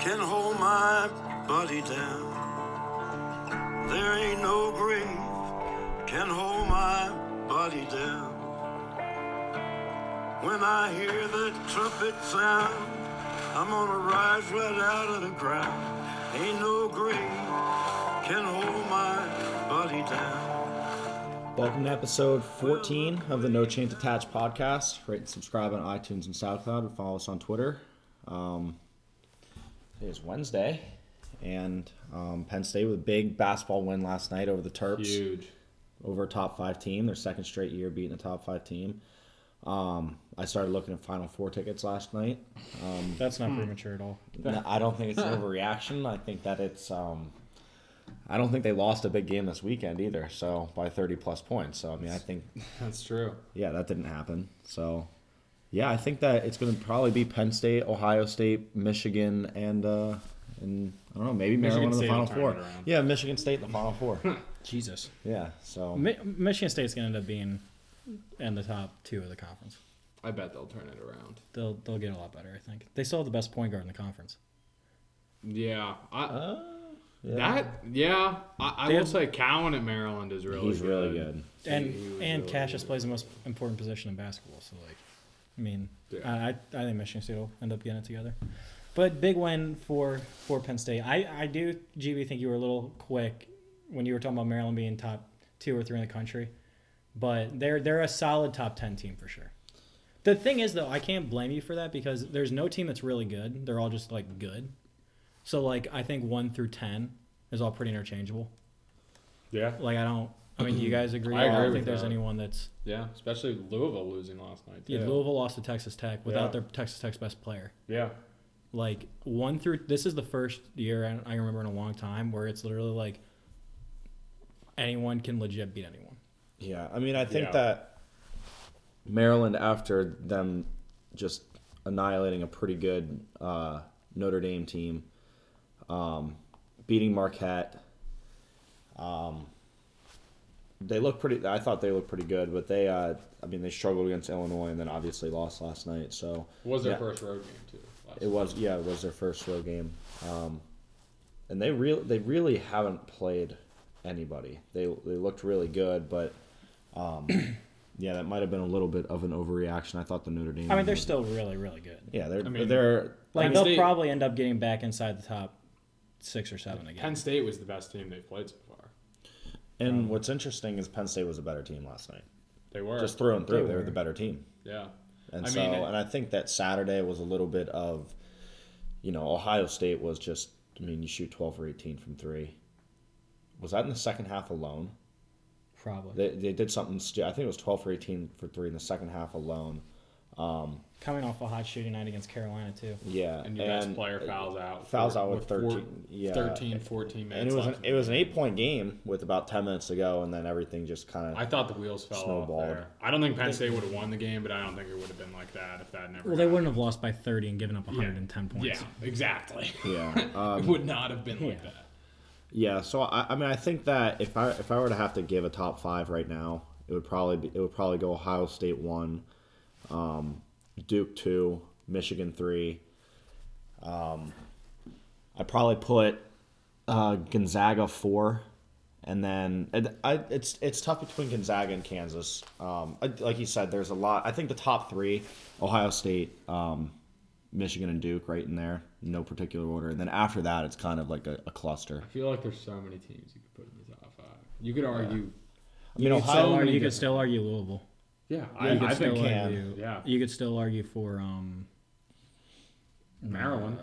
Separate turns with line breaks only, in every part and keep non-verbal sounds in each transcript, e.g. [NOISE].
can hold my body down. There ain't no grave can hold my body down. When I hear the trumpet sound, I'm gonna rise right out of the ground. Ain't no grave can hold my body down.
Welcome to episode 14 of the No Chains Attached podcast. Rate and subscribe on iTunes and SoundCloud and follow us on Twitter. Um, Today is Wednesday, and um, Penn State with a big basketball win last night over the Terps,
Huge.
over a top five team, their second straight year beating a top five team. Um, I started looking at Final Four tickets last night.
That's
Hmm.
not premature at all.
No, I don't think it's an overreaction. I think that it's. Um, I don't think they lost a big game this weekend either, so by 30 plus points. So, I mean, I think
That's true.
yeah, that didn't happen. So, yeah, I think that it's going to probably be Penn State, Ohio State, Michigan, and uh, and I don't know, maybe Maryland in
Michigan
the
State
Final
will turn
Four.
it around.
Yeah, Michigan State in the Final
[LAUGHS]
Four.
Jesus.
yeah, so
Mi- Michigan State's gonna end up being in the top two of the conference.
I bet they'll turn it around.
They'll they'll get a lot better, I think. They still have the best point guard in the conference.
Yeah. I,
Uh, yeah.
that, yeah. I, I
They
will
have-
say Cowan at Maryland is really
he's
good.
really good.
And
He was
and
really
Cassius
good.
plays the most important position in basketball, so like I mean
Yeah.
I, I I think Michigan State will end up getting it together. But big win for for Penn State. I, I do GB think you were a little quick when you were talking about Maryland being top two or three in the country. But they're they're a solid top ten team for sure. The thing is, though, I can't blame you for that because there's no team that's really good. They're all just like good. So like I think one through ten is all pretty interchangeable.
Yeah.
Like I don't. I mean, do you guys agree?
Mm-hmm. I
don't
agree
think
with
there's
that.
anyone that's.
Yeah. Especially Louisville losing last night.
Yeah,
too.
Louisville lost to Texas Tech without
Yeah.
their Texas Tech's best player.
Yeah.
Like one through. This is the first year I, I remember in a long time where it's literally like anyone can legit beat anyone.
Yeah, I mean, I think
Yeah.
that Maryland, after them just annihilating a pretty good uh, Notre Dame team, um, beating Marquette, um, they look pretty. I thought they looked pretty good, but they, uh, I mean, they struggled against Illinois and then obviously lost last night. So
Was their
yeah,
first road game, too. Last
It was yeah, it was their first road game, um, and they real they really haven't played anybody. They they looked really good, but. um, [CLEARS THROAT] Yeah, that might have been a little bit of an overreaction. I thought the Notre Dame.
I mean, they're still really, really good.
Yeah, they're
mean- um,
they're
Like
Penn
they'll
State-
probably end up getting back inside the top six or seven again.
Penn State was the best team they've played so far.
and what's interesting is Penn State was a better team last night.
They were.
Just through and through, they were
were.
the better team.
yeah.
And
I
so,
mean, it-
and I think that Saturday was a little bit of, you know, Ohio State was just. I mean, you shoot twelve or eighteen from three. Was that in the second half alone?
Probably
They, they did something. stu- I think it was twelve for eighteen for three in the second half alone.
coming off a hot shooting night against Carolina too.
Yeah,
And your best player fouls out.
fouls
for-
out with
four-
13, yeah.
13, 14 minutes.
And it was an,
left.
it was an eight point game with about ten minutes to go, and then everything just kind of
I thought the wheels fell off
Snowballed.
there. I don't think Penn State would have won the game, but I don't think it would have been like that if that never.
Well, they
happened.
wouldn't have lost by 30 and given up 110 points.
Yeah, exactly. [LAUGHS]
yeah.
it would not have been like
Yeah.
that.
Yeah, so I, I mean, I think that if I if I were to have to give a top five right now, it would probably be, it would probably go Ohio State one, um, Duke two, Michigan three. Um, I probably put uh, Gonzaga four, and then and I, it's it's tough between Gonzaga and Kansas. Um, I- like you said, there's a lot. I think the top three, Ohio State, um, Michigan, and Duke, right in there, no particular order. And then after that, it's kind of like a, a cluster.
I feel like there's so many teams you could put in the top five. You could argue.
I mean,
You could sell
Ohio.
Or
Many
you could
different-
still argue Louisville.
Yeah,
Yeah, you
I,
could
I
still
think
can.
argue-
Yeah.
You could still argue for um,
Maryland.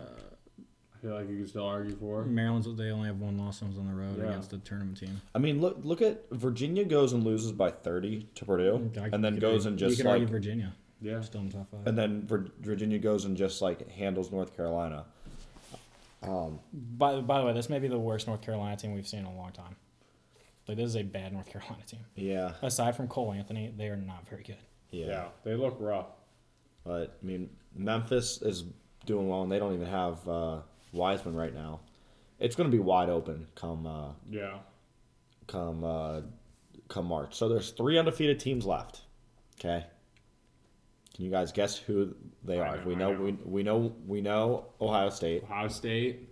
I feel like you could still argue for.
Maryland's. They only have one loss and was on the road
Yeah.
against the tournament team.
I mean, look look at Virginia goes and loses by thirty to Purdue,
I-
and then
you
goes
could-
and
you
just
could
like,
argue Virginia.
Yeah.
Still in top five.
and then Vir- Virginia goes and just like handles North Carolina.
by, by the way, this may be the worst North Carolina team we've seen in a long time. Like this is a bad North Carolina team.
Yeah,
Aside from Cole Anthony, they are not very good.
yeah.
Yeah. they look rough.
But I mean, Memphis is doing well, and they don't even have uh, Wiseman right now. It's going to be wide open come uh,
Yeah.
come uh, come March. So there's three undefeated teams left. Okay, Can you guys guess who they
I
are?
know,
we
I
know,
know.
we we know we know Ohio State.
Ohio State,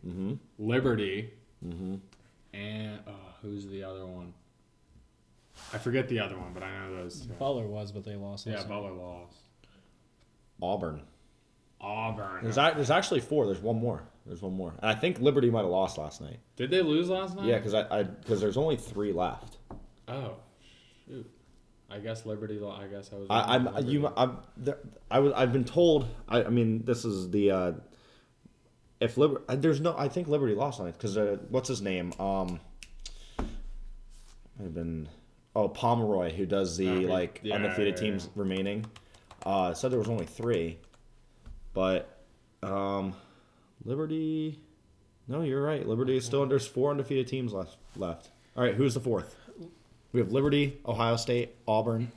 Liberty, Mm-hmm. and uh, who's the other one? I forget the other one, but I know those two.
Butler was, but they lost.
Yeah,
also.
Butler lost.
Auburn.
Auburn.
There's ac- there's actually four. There's one more. There's one more. And I think Liberty might have lost last night.
Did they lose last night?
Yeah, because I I because there's only three left.
Oh, shoot. I guess Liberty. lo- I guess I was.
I,
wrong.
I'm you
Liberty.
I'm there, I was I've been told I, I mean this is the uh, if Liber- uh, there's no I think Liberty lost on it because uh, what's his name um might have been oh Pomeroy who does the
Oh, he-
like
yeah,
undefeated
yeah,
teams remaining uh said there was only three but um Liberty no you're right Liberty is still there's four undefeated teams left left all right who's the fourth we have Liberty Ohio State Auburn.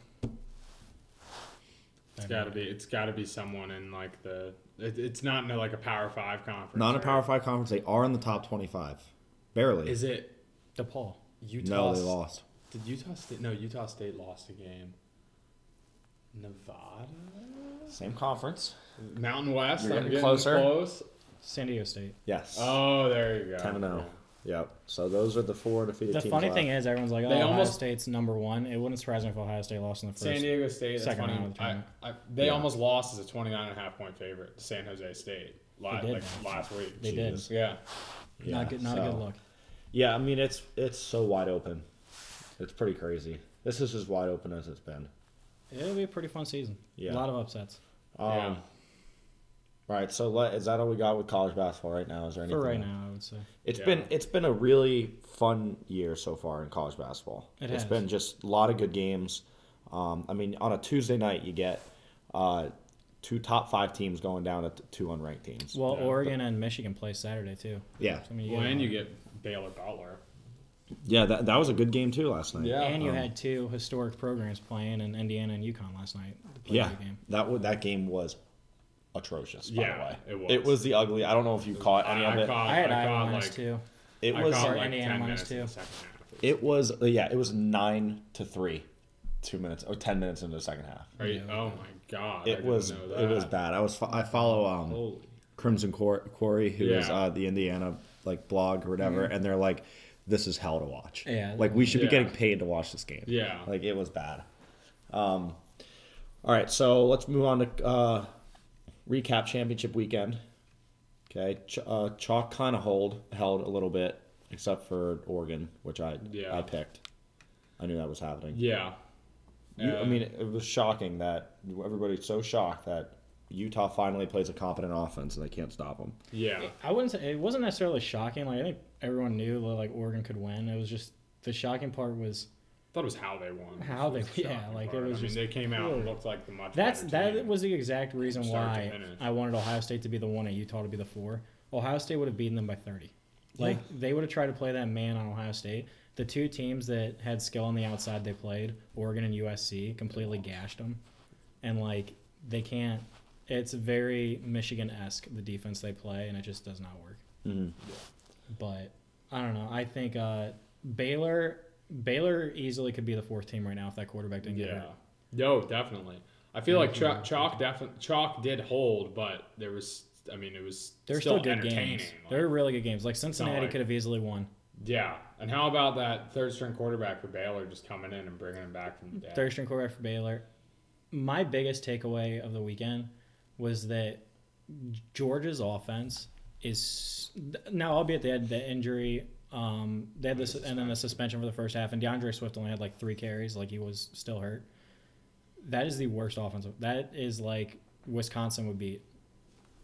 It's gotta be. It's gotta be someone in like the. It, it's not in like a Power Five conference.
Not a
right?
Power Five conference. They are in the top twenty-five, barely.
Is it
DePaul.
Utah?
no, they lost.
Did Utah State? No, Utah State lost a game. Nevada,
Same conference.
Mountain West.
You're
I'm
getting closer.
Close.
San Diego State.
Yes.
Oh, there you go.
Ten and zero. Yep. So those are the four defeated
The
teams.
funny
left.
thing is, everyone's like, "Oh,
They
Ohio
almost-
State's number one." It wouldn't surprise me if Ohio State lost in the first.
San Diego State. That's
Second
funny.
round of the
I,
tournament.
I, they
Yeah.
almost lost as a 29 and a half point favorite. to San Jose State. Last,
did.
like, last week.
They
Jesus.
did.
Yeah.
Yeah,
not good. Not a
so-
good look.
Yeah, I mean it's it's so wide open. It's pretty crazy. This is as wide open as it's been.
It'll be a pretty fun season.
Yeah.
A lot of upsets
Um,
yeah.
Right. So let, is that all we got with college basketball right now? Is there anything?
for right
else?
now. I would say.
It's
Yeah.
been it's been a really fun year so far in college basketball.
It
has
has.
been just a lot of good games. Um, I mean, on a Tuesday night, you get uh, two top five teams going down to t- two unranked teams.
Well,
Yeah.
Oregon and Michigan play Saturday too.
yeah,
So, I mean, you
Well,
got-
and you get Baylor Butler.
yeah, that, that was a good game too last night.
Yeah.
and you had two historic programs playing in Indiana and UConn last night. to play
yeah,
that game.
that wa- that game was atrocious. By
Yeah,
the way,
it was.
It was the ugly. I don't know if you caught any
I,
of
I
it.
caught.
I had
I
Iowa
caught
minus
like.
two.
it
I
was
caught
Sorry,
like
Indiana
10
minus
minutes in the
two.
second half.
it was yeah it was nine to three, two minutes or ten minutes into the second half.
Are you- oh my god! I
It
didn't
was
know
it was
that.
bad. I was fo- I follow um.
Holy.
Crimson Quar- Quarry, who is
Yeah. Mm-hmm.
uh, the Indiana like blog or whatever, and they're like, "This is hell to watch.
Yeah.
like we should
Yeah.
be getting paid to watch this game.
Yeah.
like it was bad. Um, all right, so let's move on to uh, recap championship weekend. Okay, Ch- uh, chalk kind of hold held a little bit, except for Oregon, which I
Yeah.
I picked. I knew that was happening.
Yeah.
You, I
Uh,
mean, it, was shocking that everybody's so shocked that Utah finally plays a competent offense and they can't stop them.
Yeah.
I wouldn't say it wasn't necessarily shocking. Like I think everyone knew that like Oregon could win. It was just the shocking part was
thought it was how they won. which
How they-
was the
yeah,
shocking
like, it
part.
was
I
just-
mean, they came out and
Really?
looked like the much.
that's
better
that
team.
was the exact reason
Start to
why
finish.
I wanted Ohio State to be the one and Utah to be the four. Ohio State would have beaten them by thirty. Like they would have tried to play that man on Ohio State. The two teams that had skill on the outside they played, Oregon and USC, completely gashed them, and like they can't. It's very Michigan esque the defense they play, and it just does not work. But I don't know. I think uh, Baylor Baylor easily could be the fourth team right now if that quarterback didn't get
Yeah.
hurt.
No, definitely. I feel like chalk, chalk definitely chalk did hold, but there was. I mean, it was.
They're still, good
entertaining.
games.
like,
They're really good games. Like Cincinnati
like-
could have easily won.
yeah. And how about that third string quarterback for Baylor just coming in and bringing him back from the dead?
Third string quarterback for Baylor. My biggest takeaway of the weekend was that Georgia's offense is now, albeit they had the injury, um, they had this and then the suspension for the first half, and DeAndre Swift only had like three carries, like he was still hurt. That is the worst offensive. That is like Wisconsin would beat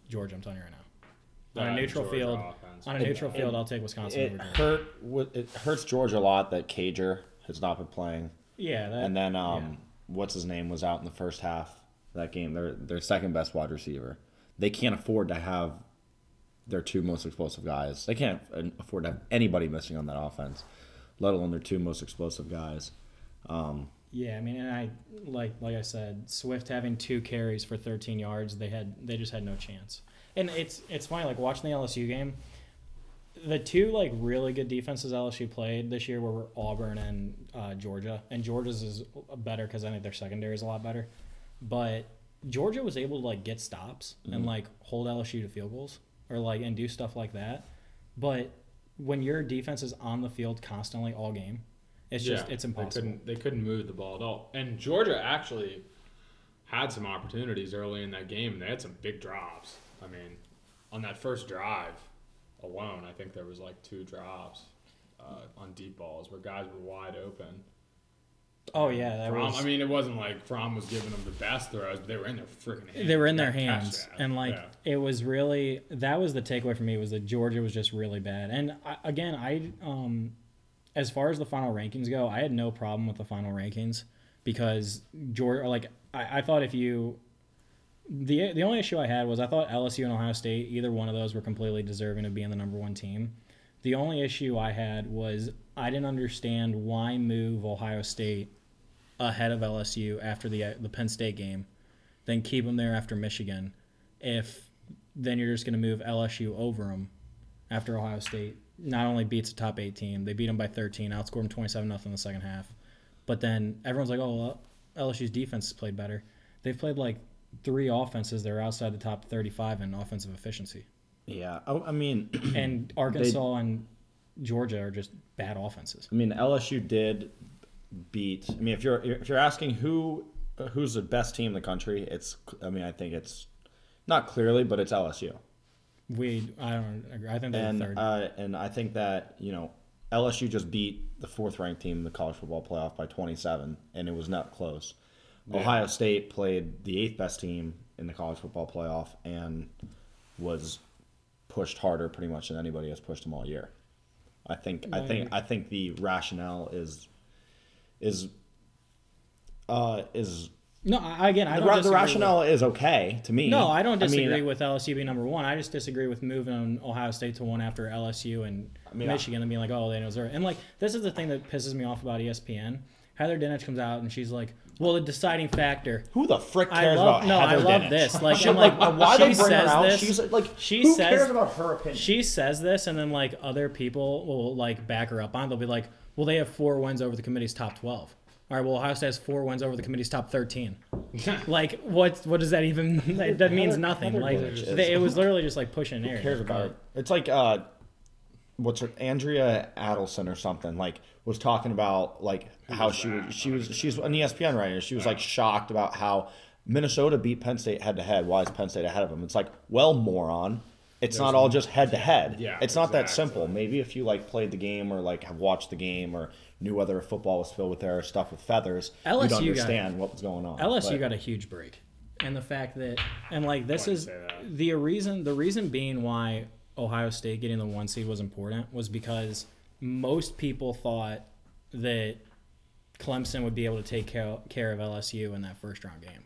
Georgia. I'm telling you right now. On
That
a neutral
Georgia
field,
offense.
on a neutral
And-
field, I'll take Wisconsin.
It
over Georgia.
hurt. It hurts Georgia a lot that Cager has not been playing,
Yeah, that,
and then um,
yeah.
what's his name was out in the first half of that game. Their their second best wide receiver. They can't afford to have their two most explosive guys. They can't an- afford to have anybody missing on that offense, let alone their two most explosive guys.
Yeah, I mean, and I like like I said, Swift having two carries for 13 yards, they had they just had no chance. And it's it's funny like watching the LSU game, the two like really good defenses LSU played this year were Auburn and uh, Georgia, and Georgia's is better because I think their secondary is a lot better. But Georgia was able to like get stops
Mm-hmm.
and like hold LSU to field goals or like and do stuff like that. But when your defense is on the field constantly all game, it's just it's
They
impossible.
couldn't, they couldn't move the ball at all. And Georgia actually had some opportunities early in that game. They had some big drops. I mean, on that first drive alone, I think there was like two drops uh, on deep balls where guys were wide open.
Oh yeah, that
Fromm,
was.
I mean, it wasn't like Fromm was giving them the best throws, but they were in their freaking hands.
they were in their
That catch
hands
that,
and like
yeah.
it was really that was the takeaway for me was that georgia was just really bad and I, again i um as far as the final rankings go i had no problem with the final rankings because georgia like i, I thought if you the, the only issue I had was I thought LSU and Ohio State, either one of those, were completely deserving of being the number one team. The only issue I had was I didn't understand why move Ohio State ahead of LSU after the the Penn State game, then keep them there after Michigan, if then you're just going to move LSU over them after Ohio State not only beats a top eight team, they beat them by 13, outscored them 27 nothing in the second half. But then everyone's like, oh, well, LSU's defense has played better. They've played like three offenses that are outside the top 35 in offensive efficiency.
Yeah, I, I mean, [CLEARS THROAT]
And Arkansas and Georgia are just bad offenses.
I mean LSU did beat. I mean, if you're if you're asking who who's the best team in the country, it's. I mean, I think it's not clearly, but it's LSU.
We, I don't agree. I think they're
and
third.
uh, and I think that you know LSU just beat the fourth ranked team in the college football playoff by 27, and it was not close. Ohio State played the eighth best team in the college football playoff and was pushed harder pretty much than anybody has pushed them all year. I think I think I think the rationale is is uh is
no, I, again, I
the,
don't
ra- the
disagree with-
rationale is okay to me.
No, I don't
mean,
disagree with LSU being number one. I just disagree with moving Ohio State to one after LSU and
mean, I-
Michigan and being like, oh, they deserve. it. And like, this is the thing that pisses me off about E ESPN. Heather Dinich comes out and she's like, well, the deciding factor.
Who the frick
I
cares
love-
about
no, I
Heather
love
Dinich?
this.
[LAUGHS]
Like,
She-
I'm like,
why
she
they bring
says
her out?
this-
She's like,
she
who
says-
cares about her opinion?
She says this, and then like other people will like back her up on. it. They'll be like, well, they have four wins over the committee's top twelve. All right, well, Ohio State has four wins over the committee's
[LAUGHS]
top thirteen. like, what? What does that even? [LAUGHS] That, that means
Heather-
nothing.
Heather
like,
Dinich is-
they, it
[LAUGHS]
was literally just like pushing air.
cares about it. It's like uh, what's her Andrea Adelson or something like was talking about like how she was she was she's an E ESPN writer. She was like
Oh.
shocked about how Minnesota beat Penn State head to head. Why is Penn State ahead of them? It's like well, moron. It's not all just head to head.
Yeah,
it's not that
exactly.
simple. Maybe if you like played the game or like have watched the game or knew whether football was filled with their stuff with feathers, you'd
LSU got-
understand what was going on.
LSU
But-
got a huge break, and the fact that and like this
Why'd you
is
say that?
the reason the reason being why Ohio State getting the one seed was important was because most people thought that Clemson would be able to take care, care of LSU in that first round game,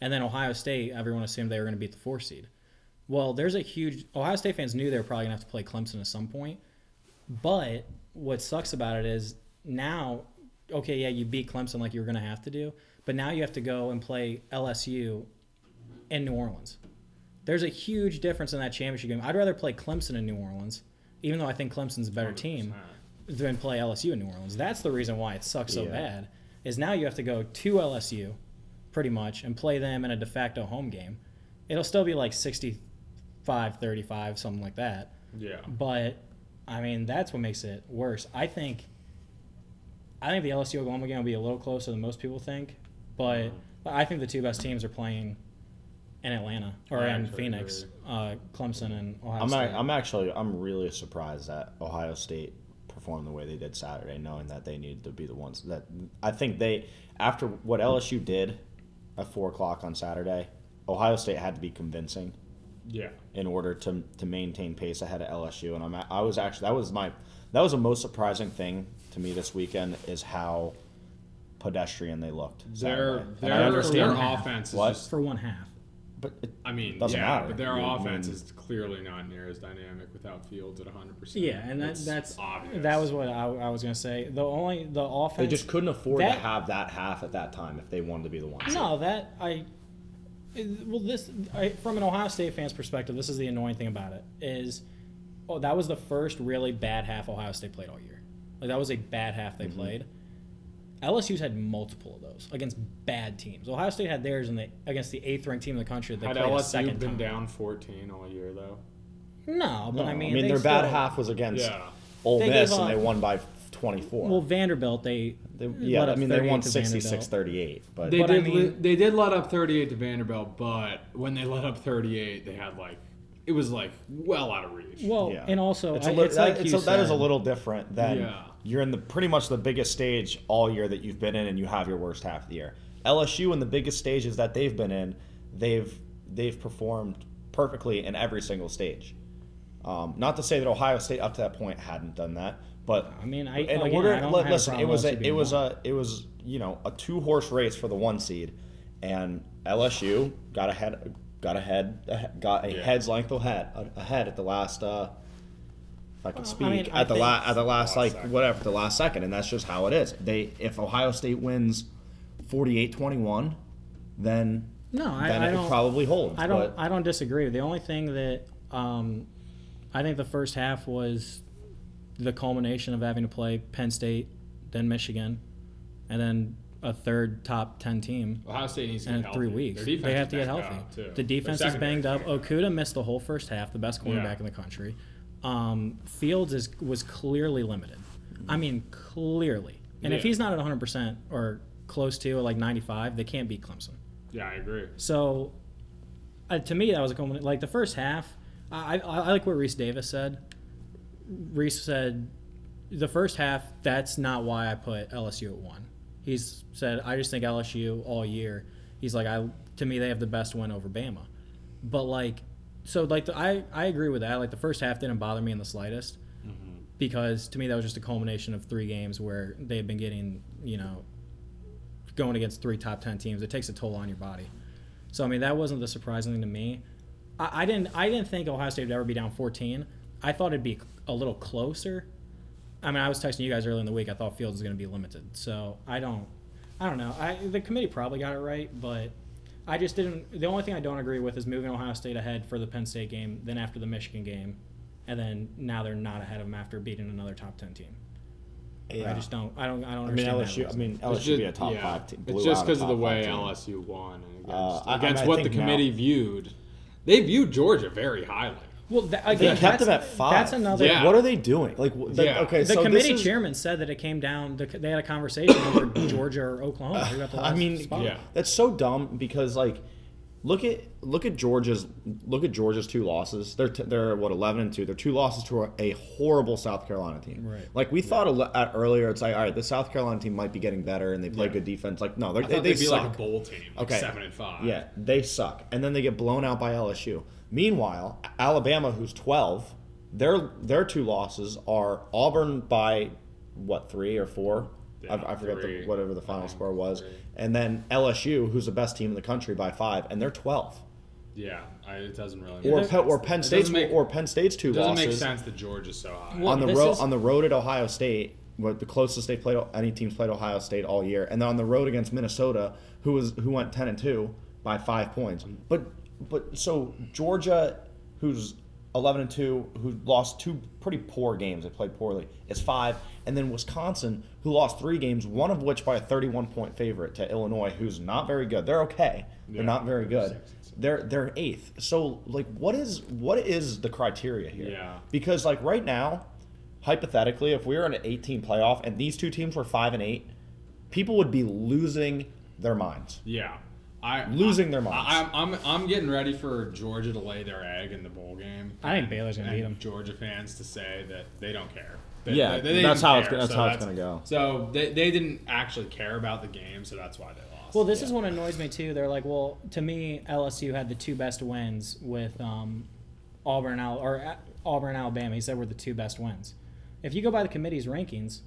and then Ohio State everyone assumed they were going to beat the four seed. Well, there's a huge Ohio State fans knew they were probably going to have to play Clemson at some point, but what sucks about it is now, okay, yeah, you beat Clemson like you were going to have to do, but now you have to go and play LSU in New Orleans. There's a huge difference in that championship game. I'd rather play Clemson in New Orleans, even though I think Clemson's a better team, than play LSU in New Orleans. That's the reason why it sucks so
Yeah.
bad. Is now you have to go to LSU, pretty much, and play them in a de facto home game. It'll still be like 65 35, something like that.
Yeah.
But I mean, that's what makes it worse. I think, I think the LSU Oklahoma game will be a little closer than most people think, but I think the two best teams are playing in Atlanta or
I
in
actually
Phoenix,
agree.
uh, Clemson and Ohio
I'm,
State.
ac I'm actually I'm really surprised that Ohio State performed the way they did Saturday, knowing that they needed to be the ones that I think they after what LSU did at four o'clock on Saturday, Ohio State had to be convincing
Yeah.
in order to to maintain pace ahead of LSU. And I'm a- I was actually that was my that was the most surprising thing to me this weekend is how pedestrian they looked. Saturday.
Their,
And I
their, their
understand,
offense is
What?
just
for one half.
but it,
I mean,
Doesn't
yeah,
matter.
but their
I mean-
offense is clearly not near as dynamic without Fields at 100%.
Yeah, and that,
It's
that's
obvious.
that was what I, I was gonna say. The only the offense
they just couldn't afford
That-
to have that half at that time if they wanted to be the ones.
No, that I. Well, this I, from an Ohio State fan's perspective, this is the annoying thing about it is, oh, that
Mm-hmm.
was the first really bad half Ohio State played all year. Like that was a bad half they played, LSU's had multiple of those against bad teams. Ohio State had theirs in the against the eighth ranked team in the country. that They
Had
played a
LSU
second
been
time.
down 14 all year though?
No, but I mean, they
their bad
still-
half was against
Yeah.
Ole
They
Miss,
gave
and they
up-
won by 24.
Well, Vanderbilt, they,
They-
let
yeah, I
up
mean, they
38
won
to
66
Vanderbilt.
38. But
They
But I
did. li-
mean-
they did let up 38 to Vanderbilt, but when they let up 38, they had like it was like well out of reach.
Well,
yeah.
and also
it's
I-
a little,
it's like you
that is a
said,
little different than
Yeah.
you're in the pretty much the biggest stage all year that you've been in, and you have your worst half of the year. LSU in the biggest stages that they've been in, they've they've performed perfectly in every single stage. Um, not to say that Ohio State up to that point hadn't done that, but
I mean, I-
in
again,
order
I don't
li-
have a
listen, it
problem
was
with
a
LSU
it
being
was
one.
a it was you know a two horse race for the one seed, and LSU got ahead got ahead got a
Yeah.
head's length ahead ahead at the last uh, if I could speak
I mean, I
at the
think-
la- at the last
Last
like
second.
whatever the last second, and that's just how it is. They if Ohio State wins 48-21, then
No, I,
then
I
it
don't.
probably holds.
I don't.
but-
I don't disagree. The only thing that um, I think the first half was the culmination of having to play Penn State, then Michigan, and then a third top ten team
Ohio State needs to get
in
healthy.
three weeks.
Their defense
They
is
have to get
banged
healthy.
up, too.
The
Their
defense is
secondary
banged up.
banged
Okuda missed the whole first half, the best cornerback
Yeah.
in the country. Um, Fields is was clearly limited. I mean, clearly. And if
Yeah.
he's not at 100% or close to or like 95, they can't beat Clemson.
Yeah, I agree.
So, uh, to me, that was a cool. Like the first half, I, I, I like what Reese Davis said. Reese said, "The first half, that's not why I put LSU at one." He's said, "I just think LSU all year." He's like, "I to me, they have the best win over Bama," but like, so like the, I I agree with that. Like the first half didn't bother me in the slightest. Because to me that was just a culmination of three games where they had been getting, you know, going against three top ten teams. It takes a toll on your body. So I mean, that wasn't the surprising thing to me. I, I didn't I didn't think Ohio State would ever be down 14. I thought it'd be a little closer. I mean, I was texting you guys earlier in the week. I thought Fields was going to be limited. So I don't I don't know. I the committee probably got it right, but I just didn't. The only thing I don't agree with is moving Ohio State ahead for the Penn State game, then after the Michigan game, and then now they're not ahead of them after beating another top 10 team. I
Yeah.
just don't. I don't. I don't
I mean
understand. that
LSU. I
reason.
mean
It's
LSU
just-
be a top
yeah.
five team.
It's
blew
just
out a
because of the
top
way
five team.
LSU won and against,
Uh, I- I
against
mean, I
what the
think now-
committee viewed. They viewed Georgia very highly.
well, that,
They
again,
kept
that's-
them at five.
That's another.
Yeah.
What are they doing? Like, wh- the,
Yeah.
okay,
The
so
committee
this is,
chairman said that it came down. The, they had a conversation
[CLEARS THROAT]
over Georgia or Oklahoma. who got the
I
last
mean,
spot.
Yeah.
that's so dumb because like, look at look at Georgia's look at Georgia's two losses. They're t- they're what eleven and two. They're two losses to a horrible South Carolina team.
Right.
Like we thought a le- at earlier, it's like all right, the South Carolina team might be getting better and they play
Yeah.
good defense. Like no, they're,
I
they
thought
they
they'd be
suck.
like a bowl team, like
Okay.
seven and five.
Yeah, they suck. And then they get blown out by LSU. Meanwhile, Alabama, who's 12, their their two losses are Auburn by what three or four?
Yeah,
I, I forget the,
three.
whatever the final
I think
score was.
three.
And then LSU, who's the best team in the country by five, and they're 12.
yeah. I, it doesn't really.
Or,
make
Pe- or
sense.
Penn
It
State's
doesn't make,
or Penn State's two
doesn't
losses
make sense that Georgia's so high.
Well,
on the
This
road
is-
on the road at Ohio State, what the closest they played any teams played Ohio State all year, and then on the road against Minnesota, who was who went ten and two by five points. But but so Georgia, who's eleven and two, who lost two pretty poor games, they played poorly, is five, and then Wisconsin, who lost three games, one of which by a thirty-one point favorite to Illinois, who's not very good. They're okay, they're
Yeah.
not very good.
Six and six.
They're they're eighth. So like, what is what is the criteria here?
Yeah.
Because like right now, hypothetically, if we were in an 18 playoff and these two teams were five and eight, people would be losing their minds.
Yeah, I
Losing
I-
their minds.
I, I'm, I'm I'm getting ready for Georgia to lay their egg in the bowl game.
I think Baylor's gonna
and
beat them.
Georgia fans to say that they don't care. They-
Yeah, that's
didn't
how it's gonna- that's how it's gonna go.
So they, they didn't actually care about the game, so that's why they lost.
Well, this is what annoys me too. They're like, well, to me, LSU had the two best wins with um, Auburn and Al- or uh, Auburn and Alabama. He said were the two best wins. If you go by the committee's rankings,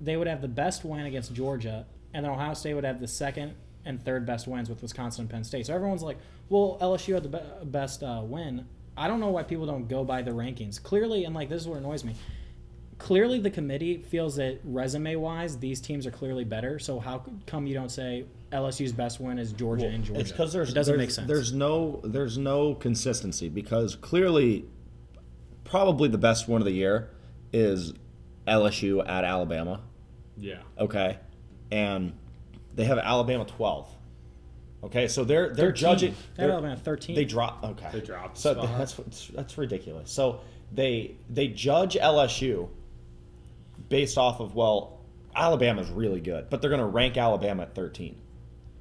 they would have the best win against Georgia, and then Ohio State would have the second and third best wins with Wisconsin and Penn State. So everyone's like, well, LSU had the be- best uh, win. I don't know why people don't go by the rankings. Clearly, and like this is what annoys me clearly the committee feels that resume wise these teams are clearly better so how c- come you don't say lsu's best win is georgia and georgia
It's because there's
it doesn't
there's-
make sense
There's no there's no consistency because clearly, probably the best one of the year is LSU at Alabama.
yeah.
Okay. and they have Alabama 12. Okay, so they're they're
13.
judging.
They
they're-
had Alabama 13.
They drop. Okay,
They dropped
So
spot.
that's that's ridiculous. So they they judge LSU based off of well, Alabama's really good, but they're going to rank Alabama at 13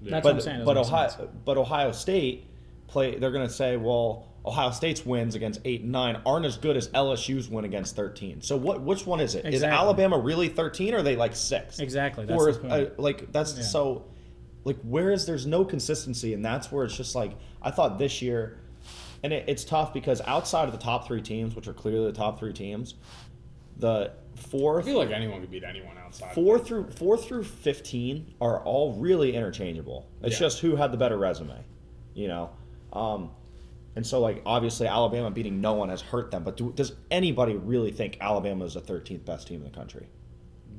That's what I'm
but,
saying. doesn't
but
make
Ohio,
sense.
but Ohio State play. They're going to say, well, Ohio State's wins against eight and nine aren't as good as LSU's win against thirteen. So what? Which one is it? Is
Exactly.
Alabama really thirteen, or are they like six?
Exactly, that's
Or
the
uh,
point.
like that's
Yeah.
so. Like whereas there's no consistency, and that's where it's just like I thought this year, and it, it's tough because outside of the top three teams, which are clearly the top three teams, the
I
fourth
feel like anyone could beat anyone outside.
four through four through fifteen are all really interchangeable. It's
Yeah.
just who had the better resume, you know. Um, and so, like, obviously, Alabama beating no one has hurt them. But do, does anybody really think Alabama is the thirteenth best team in the country?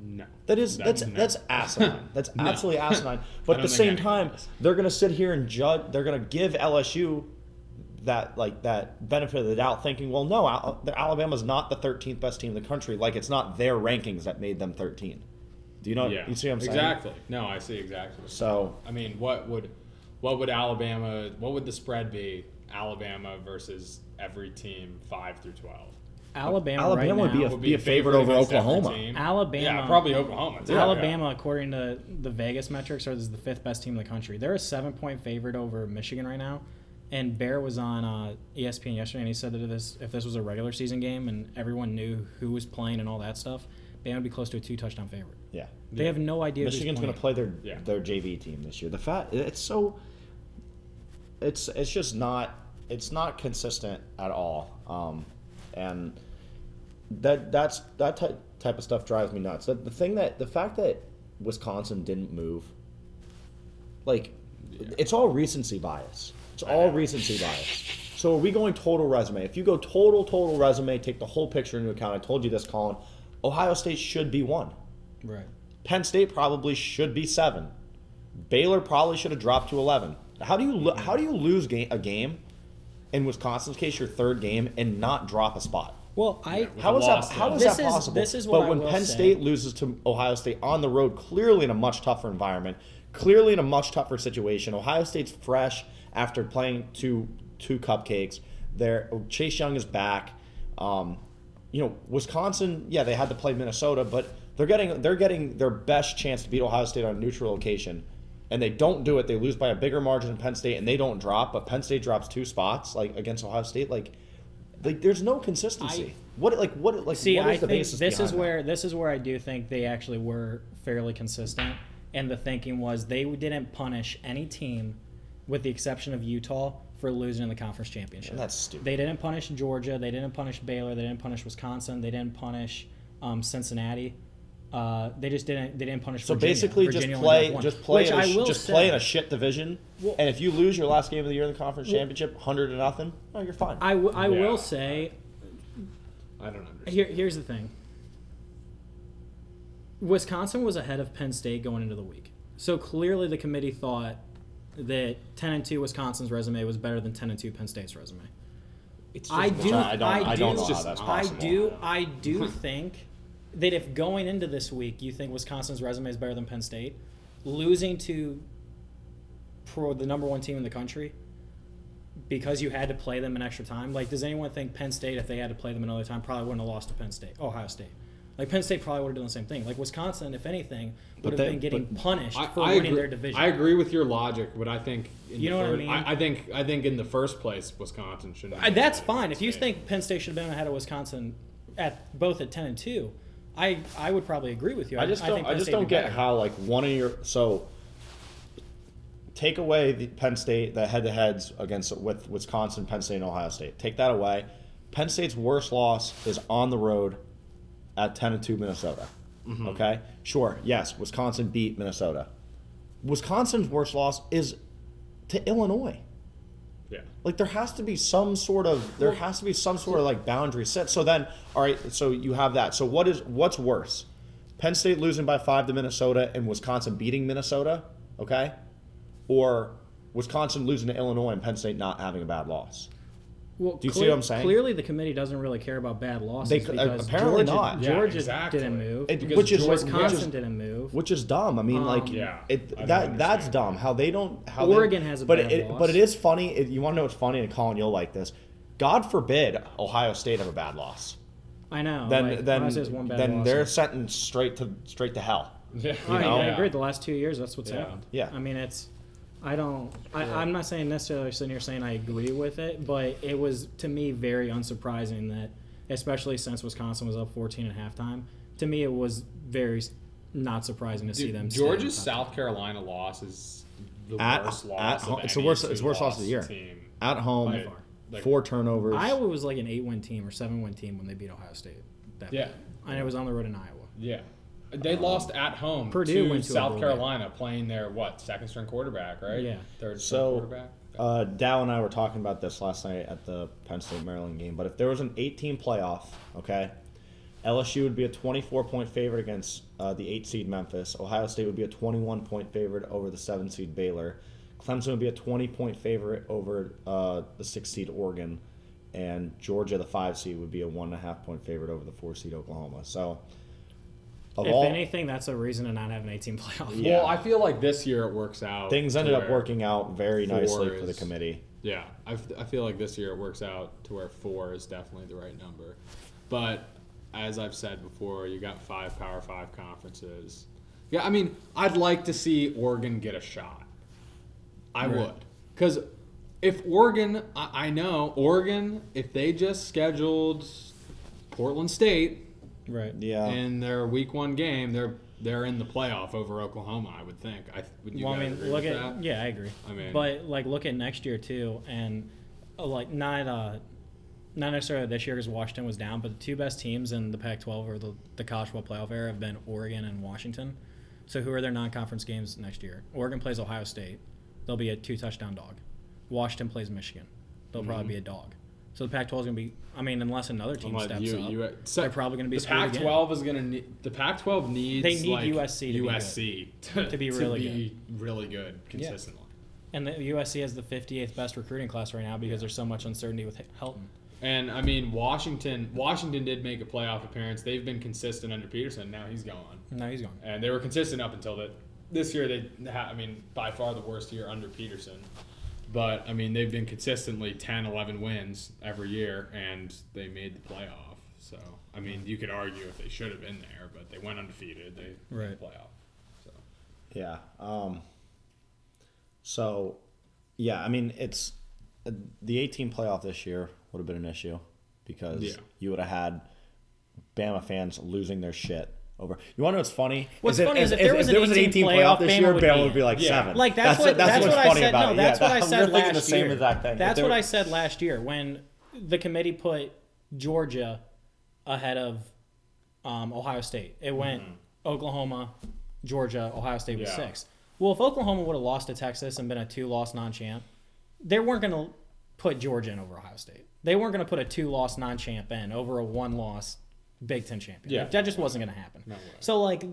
No.
That is that's
no.
that's
[LAUGHS]
asinine. That's
No.
absolutely asinine. But
I
at
don't
the
think
same
anyone
time,
does.
they're gonna sit here and judge. They're gonna give LSU that like that benefit of the doubt, thinking, well, no, Al- Alabama's not the 13th best team in the country. Like it's not their rankings that made them 13. Do Uh, you know?
Yeah.
You see what I'm saying?
Exactly. No, I see exactly.
So
I mean, what would what would Alabama? What would the spread be? Alabama versus every team five through twelve.
Alabama,
Alabama
right
would be
now,
a
Would
Be favorite over
against every
Oklahoma.
team.
Alabama-
Yeah, probably Oklahoma. Too.
Alabama, according to the Vegas metrics, is the fifth best team in the country. They're a seven-point favorite over Michigan right now. And Bear was on uh, ESPN yesterday, and he said that if this, if this was a regular season game and everyone knew who was playing and all that stuff, Bama would be close to a two-touchdown favorite.
yeah,
They have no idea. who's
Michigan's gonna
playing.
play their
Yeah.
their JV team this year. The fat it's so it's it's just not it's not consistent at all. Um, and that that's that ty- type of stuff drives me nuts. The, the thing that the fact that Wisconsin didn't move, like, it's all recency bias. It's all recency bias. So are we going total resume? If you go total total resume, take the whole picture into account. I told you this, Colin. Ohio State should be one.
Right.
Penn State probably should be seven. Baylor probably should have dropped to eleven. How do you lo- how do you lose game, a game in Wisconsin's case, your third game, and not drop a spot?
Well, I
With
How
a
is
loss,
that? How is
though. This
that
is-
possible?
this is what
but
I
when
will
Penn
say.
State loses to Ohio State on the road, clearly in a much tougher environment, clearly in a much tougher situation. Ohio State's fresh after playing two two cupcakes. There, Chase Young is back. Um, you know, Wisconsin. Yeah, they had to play Minnesota, but they're getting they're getting their best chance to beat Ohio State on a neutral location. And they don't do it. They lose by a bigger margin than Penn State, and they don't drop. But Penn State drops two spots, like against Ohio State. Like, like there's no consistency.
I-
What like what like
See,
what
I
is the
think
basis
this
behind
is
that?
where this is where I do think they actually were fairly consistent, and the thinking was they didn't punish any team, with the exception of Utah, for losing in the conference championship.
And that's stupid.
They didn't punish Georgia. They didn't punish Baylor. They didn't punish Wisconsin. They didn't punish um, Cincinnati. Uh, they just didn't. They didn't punish.
so
Virginia.
basically,
Virginia
just
only got
play,
one.
just play,
Which
in a,
I
sh-
will
just
say-
play in a shit division.
Well-
and if you lose your last game of the year in the conference championship, hundred to nothing, oh, you're fine.
I, w- I
Yeah.
will say
I don't understand.
Here, here's the thing. Wisconsin was ahead of Penn State going into the week, so clearly the committee thought that 10 and 2 Wisconsin's resume was better than 10 and 2 Penn State's resume.
It's
I do,
not- I don't-
I
I
do,
don't
know how that's
I
possible.
do, I do think that if going into this week you think Wisconsin's resume is better than Penn State, losing to pro the number one team in the country because you had to play them an extra time. Like, does anyone think Penn State, if they had to play them another time, probably wouldn't have lost to Penn State, Ohio State? Like Penn State probably would have done the same thing. Like Wisconsin, if anything, would have
they-
been getting
but-
punished
I,
for
I
winning
agree,
their division.
I agree with your logic, but I think in the
You know what I
third-
mean?
I, think I think in the first place, Wisconsin should.
Uh, That's fine. If you think Penn State should have been ahead of Wisconsin at both at ten and two, I I would probably agree with you.
I just don't.
think
I,
Penn
just
State
don't
did
get
better.
how like one of your so take away the Penn State the head to heads against with Wisconsin, Penn State, and Ohio State. Take that away. Penn State's worst loss is on the road at ten and two Minnesota.
Mm-hmm.
Okay, sure. Yes, Wisconsin beat Minnesota. Wisconsin's worst loss is to Illinois.
Yeah.
Like there has to be some sort of there has to be some sort of like boundary set. So then, all right, so you have that. So what is what's worse? Penn State losing by 5 to Minnesota and Wisconsin beating Minnesota, okay? Or Wisconsin losing to Illinois and Penn State not having a bad loss.
Well,
Do you see what I'm saying?
Clearly, the committee doesn't really care about bad losses.
They-
because
apparently
Georgia,
not.
Yeah,
Georgia
exactly.
didn't move.
It-
Because
which is
Georgia-
which
Wisconsin
is
didn't move.
which is dumb. I mean,
Um,
like,
Yeah, I
it
don't
that that's
understand.
dumb. How they don't. How
Oregon
they,
has a
but
bad
it,
loss.
But it is funny. It, you want to know what's funny? And Colin, you'll like this. God forbid Ohio State have a bad loss.
I know.
Then
like,
then
Ohio State's one bad
then
loss.
they're sentenced straight to straight to hell.
Oh, Yeah,
I,
know?
I agree. The last two years, that's what's
Yeah.
happened.
Yeah.
I mean, it's. I don't. I, I'm not saying necessarily sitting here saying I agree with it, but it was to me very unsurprising that, especially since Wisconsin was up 14 at halftime, to me it was very s- not surprising to see
Dude,
them. stay
Georgia's
on top.
South Carolina loss is the
At-
worst
at
loss.
home-
of
it's the
any
worst- it's the worst loss of the year.
two-loss Team.
At home,
far.
Like-
four turnovers.
Iowa was like an eight-win team or seven-win team when they beat Ohio State. That
Yeah.
and it was on the road in Iowa.
Yeah. They lost
Um,
at home
Purdue
to
went to a bowl
South
game.
Carolina playing their what second string quarterback, right?
Yeah.
Third string
So,
quarterback.
uh, Dow and I were talking about this last night at the Penn State Maryland game. But if there was an 18 playoff, okay, LSU would be a 24 point favorite against uh, the eight seed Memphis. Ohio State would be a 21 point favorite over the seven seed Baylor. Clemson would be a 20 point favorite over uh, the six seed Oregon. And Georgia, the five seed, would be a one and a half point favorite over the four seed Oklahoma. So, of
If
all
anything, that's a reason to not have an 18 playoff.
Yeah.
Well, I feel like this year it works out.
things
to
ended up
where-
working out very
four
nicely for the
is-
committee.
Yeah, I, f- I feel like this year it works out to where four is definitely the right number. But as I've said before, you got five Power Five conferences. Yeah, I mean, I'd like to see Oregon get a shot. I
Right.
would. Because if Oregon, I, I know, Oregon, if they just scheduled Portland State
Right.
Yeah.
in their week one game, they're they're in the playoff over Oklahoma, I would think. I, would you
well, I
guys
mean,
agree
look
with
at
that?
yeah, I agree.
I mean-
but like, look at next year too, and uh, like not uh, not necessarily this year because Washington was down, but the two best teams in the Pac-12 or the, the college football playoff era have been Oregon and Washington. So who are their non-conference games next year? Oregon plays Ohio State. They'll be a two-touchdown dog. Washington plays Michigan. They'll
Mm-hmm.
probably be a dog. So the Pac-12 is going to be. I mean, unless another team
Unlike
steps
you-
up,
you- so
they're probably going to be
the
screwed again.
Pac-12 is going to need the Pac-12 needs
They need
like,
USC to be good.
USC [LAUGHS] to,
To be really
good. really good consistently.
And the USC has the 58th best recruiting class right now because there's so much uncertainty with Helton.
And I mean Washington Washington did make a playoff appearance. They've been consistent under Peterson. Now he's gone.
Now he's gone.
And they were consistent up until that this year they ha- I mean by far the worst year under Peterson. But I mean they've been consistently 10 11 wins every year and they made the playoff. So I mean you could argue if they should have been there, but they went undefeated. They made
Right.
the playoff. So
Yeah. Um, so, yeah, I mean, it's the 18 playoff this year would have been an issue because
Yeah.
you would have had Bama fans losing their shit over. You want to know what's funny?
What's funny is if there was an 18 playoff, Bama would be
Bama
in.
would be like
Yeah.
seven.
Like that's, what that's,
what's
what I
funny
said.
about
No,
it.
that's
Yeah, [LAUGHS]
what I
that-
said
we're thinking
last
the same
year.
exact thing. If
That's
there
what I
was-
said last year when the committee put Georgia ahead of um, Ohio State. It went
Mm-hmm.
Oklahoma, Georgia, Ohio State was
Yeah.
six. Well, if Oklahoma would have lost to Texas and been a two-loss non-champ, they weren't going to put Georgia in over Ohio State. They weren't going to put a two-loss non-champ in over a one-loss Big Ten champion.
Yeah.
Like, that just wasn't going to happen.
way.
So like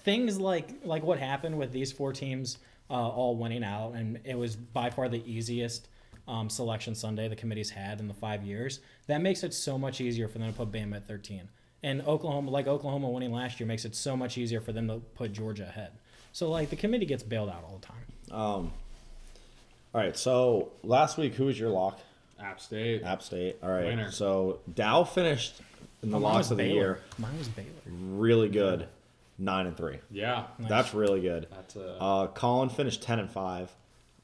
things like like what happened with these four teams uh, all winning out, and it was by far the easiest um, selection Sunday the committee's had in the five years. That makes it so much easier for them to put Bama at thirteen, and Oklahoma like Oklahoma winning last year makes it so much easier for them to put Georgia ahead. So like the committee gets bailed out all the time.
All right, so last week, who was your lock?
App State.
App State. All right.
Winner.
So Dow finished in the
Mine was
locks of the
Baylor.
year.
Mine was Baylor.
Really good. Nine and three.
Yeah.
That's really good.
That's a-
uh, Colin finished ten and five.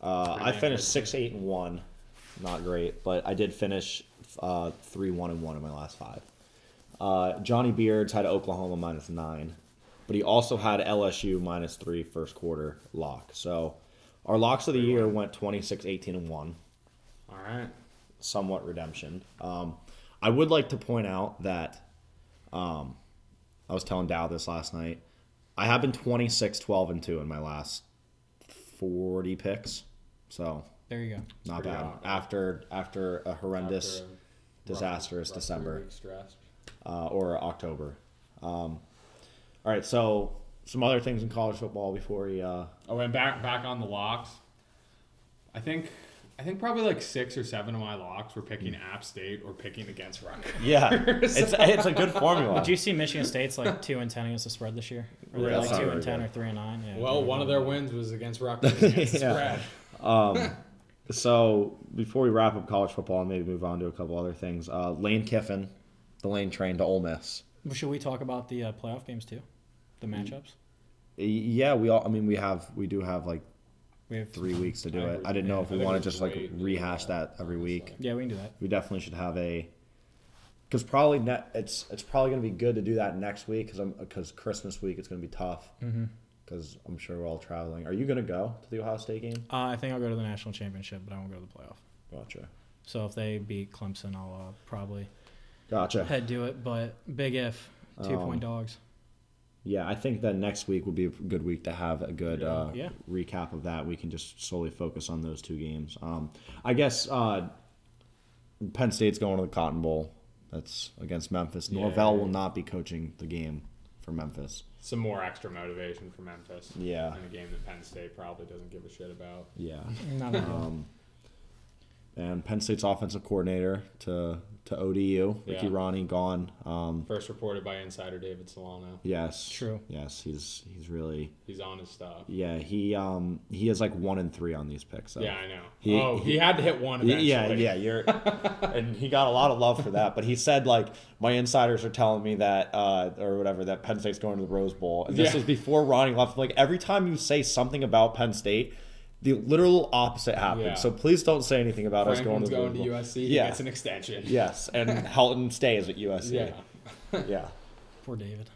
Uh, I
damn
finished
good.
six, eight, and one. Not great, but I did finish uh, three, one, and one in my last five. Uh, Johnny Beards had Oklahoma minus nine, but he also had LSU minus three first quarter lock. So our locks of the year went 26, 18, and one
All right.
somewhat redemption. Um, I would like to point out that um, I was telling Dow this last night. I have been 26, 12, and 2 in my last 40 picks. So
There you go.
not
Pretty
bad.
awesome.
After after a horrendous
After a rough-
disastrous December
Rough three weeks rest.
uh, or October. Um, all right, so some other things
[LAUGHS]
in college football before we. Uh,
Oh, and back back on the locks. I think I think probably like six or seven of my locks were picking
Hmm.
App State or picking against Rutgers.
Yeah, it's it's a good formula.
Do you see Michigan State's like two and ten against the spread this year? Or they're
Yeah,
like
that's
two
not
and
very
ten or three and nine. Yeah.
Well, one of their wins was against
[LAUGHS]
Rutgers against the
Yeah.
spread.
So before we wrap up college football and maybe move on to a couple other things, uh, Lane Kiffin, the Lane train to Ole Miss.
Well, should we talk about the uh, playoff games too? The
Mm.
matchups.
Y- Yeah, we all. I mean, we have we do have like
We have
three weeks to do
I
it.
agree.
I didn't know
Yeah,
if
I
we
think
want
it's
to just like
great.
rehash that every week.
Yeah, we can do that.
We definitely should have a. Because probably ne- it's it's probably gonna be good to do that next week because I'm because Christmas week it's gonna be tough because I'm sure we're all traveling. Are you gonna go to the Ohio State game?
Uh, I think I'll go to the national championship, but I won't go to the playoff.
Gotcha,
So if they beat Clemson, I'll uh, probably
gotcha.
head do it. But big if, two point
Oh.
dogs.
Yeah, I think that next week will be a good week to have a good uh,
Yeah.
recap of that. We can just solely focus on those two games. Um, I guess uh, Penn State's going to the Cotton Bowl. That's against Memphis. Norvell will not be coaching the game for Memphis.
Some more extra motivation for Memphis.
Yeah.
In a game that Penn State probably doesn't give a shit about.
Yeah,
Not a deal.
and Penn State's offensive coordinator to to ODU, Ricky
Yeah.
Ronnie gone. Um,
First reported by insider David Solano.
yes,
True.
Yes, he's he's really
He's on his stuff.
yeah. He um he is like one in three on these picks. So.
Yeah, I know.
He-
oh, he, had to hit one
Y-
eventually.
Yeah, yeah,
[LAUGHS]
you're, and he got a lot of love for that. But he said like my insiders are telling me that uh, or whatever that Penn State's going to the Rose Bowl, and this
Yeah.
was before Ronnie left. Like every time you say something about Penn State, the literal opposite happens.
Yeah.
So please don't say anything about us
Franklin's
going
going
to
to
the Rose Bowl.
USC. He
Yeah.
gets an extension.
yes,
[LAUGHS]
and Helton stays at USC.
Yeah.
yeah.
Poor David.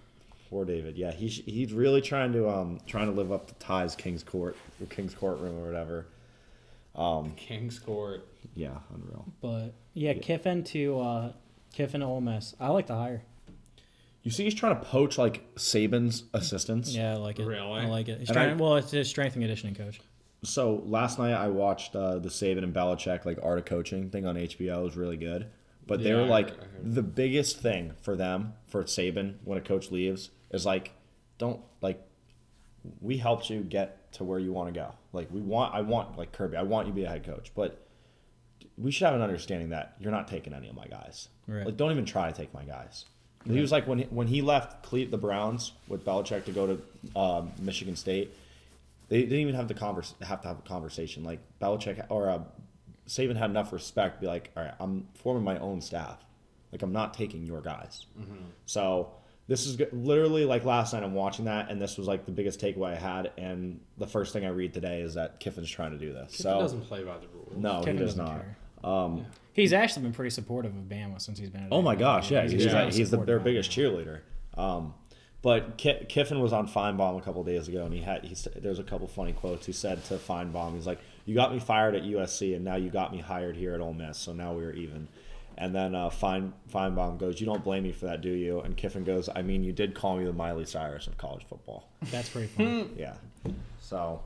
Poor David. Yeah, he's he's really trying to um trying to live up to Ty's King's Court or King's Courtroom or whatever.
Kings Court.
Yeah, unreal.
But yeah, Kiffin to uh, Kiffin to Ole Miss. I like the hire.
You see, he's trying to poach like Saban's assistants.
Yeah, I like it.
Really?
I like it. He's
And
trying,
I-
well, it's his strength and conditioning coach.
So last night I watched uh, the Saban and Belichick like art of coaching thing on HBO. It was really good, but they
Yeah,
were
I
like
heard- I heard.
the biggest thing for them for Saban when a coach leaves is like, don't like, we helped you get to where you want to go. Like we want, I want like Kirby, I want you to be a head coach, but we should have an understanding that you're not taking any of my guys.
Right.
Like don't even try to take my guys. He was like when he, when he left Cle- the Browns with Belichick to go to um, Michigan State they didn't even have the converse have to have a conversation. Like Belichick or uh, Saban had enough respect to be like, all right, I'm forming my own staff. Like I'm not taking your guys.
Mm-hmm.
So this is good. literally like last night I'm watching that, and this was like the biggest takeaway I had. And the first thing I read today is that Kiffin's trying to do this.
He
so
doesn't play by the rules.
no, Oh,
Kiffin
he does
doesn't
not. Um,
care. He's actually been pretty supportive of Bama since he's been. At
Oh my
Bama.
gosh, yeah, he's,
been a
he's the, their
supportive
biggest cheerleader. Um, but Ki- Kiffin was on Feinbaum a couple days ago, and he had he said, there's a couple funny quotes. He said to Feinbaum, he's like, "You got me fired at USC, and now you got me hired here at Ole Miss, so now we're even." And then uh, Fein, Feinbaum goes, "You don't blame me for that, do you?" And Kiffin goes, "I mean, you did call me the Miley Cyrus of college football." [LAUGHS]
Bama. That's
[LAUGHS]
pretty funny.
yeah, so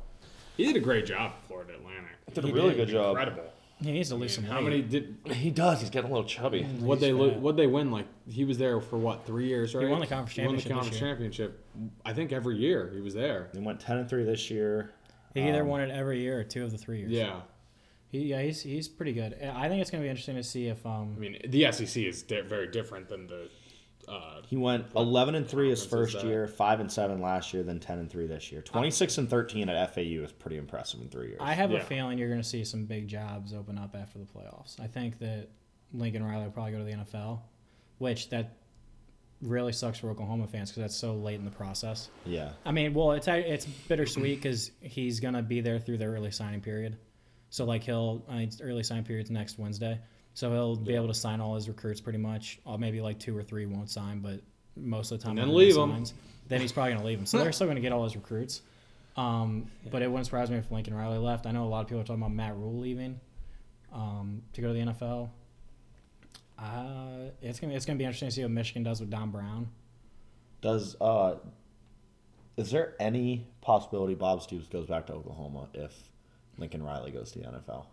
He did a great job at Florida Atlantic.
Did a really good job.
Incredible.
he needs to lose
And
some
how
weight.
many did
he does. He's getting a little chubby.
what they
fat.
lo- what they win like he was there for what three years right?
won the conference
He won the
championship
conference
this
championship. I think every year he was there.
They went ten and three this year.
He either won it every year or two of the three years.
Um, Yeah,
He, yeah, he's he's pretty good. And I think it's gonna be interesting to see if
I
um
mean the SEC is di- very different than the. Uh,
He went 11 and 3 his
conference is
first
that?
year, 5 and 7 last year, then 10 and 3 this year. 26 and 13 at FAU is pretty impressive in 3 years.
I have a
Yeah.
feeling you're gonna see some big jobs open up after the playoffs. I think that Lincoln Riley will probably go to the NFL, which that really sucks for Oklahoma fans because that's so late in the process.
yeah.
I mean, well, it's it's bittersweet because he's gonna be there through their early signing period. So like he'll I mean, early signing period's next Wednesday, so he'll be able to sign all his recruits pretty much. Or maybe like two or three won't sign, but most of the time
And then
everyone
leave 'em.
signs. Then he's probably gonna leave them. So they're still gonna get all his recruits. Um, But it wouldn't surprise me if Lincoln Riley left. I know a lot of people are talking about Matt Rule leaving um, to go to the NFL. Uh, it's gonna it's gonna be interesting to see what Michigan does with Don Brown.
Does uh is there any possibility Bob Stoops goes back to Oklahoma if Lincoln Riley goes to the NFL?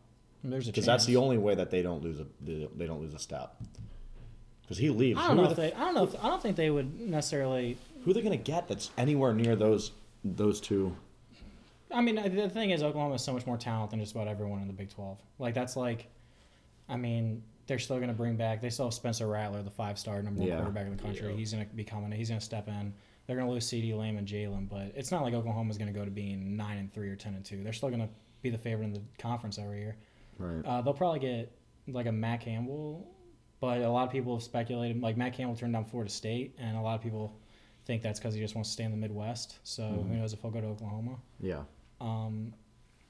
There's a
Cuz
chance.
that's the only way that they don't lose a they don't lose a step. Cuz he leaves.
I don't
who,
know
are
if
they,
they. I don't know. If, I don't think they would necessarily.
who are they going to get that's anywhere near those those two?
I mean, I- the thing is, Oklahoma is so much more talent than just about everyone in the Big 12. Like, that's like, I mean, they're still going to bring back, they still have Spencer Rattler, the five star number one
Yeah.
quarterback in the country.
Yeah.
He's going to be coming, he's going to step in. They're going to lose CD Lamb and Jalen, but it's not like Oklahoma's going to go to being 9 and 3 or 10 and 2. They're still going to be the favorite in the conference every year.
Right.
Uh, they'll probably get like a Matt Campbell, but a lot of people have speculated like Matt Campbell turned down Florida State, and a lot of people think that's because he just wants to stay in the Midwest. So
Mm-hmm.
who knows if he'll go to Oklahoma?
yeah.
Um,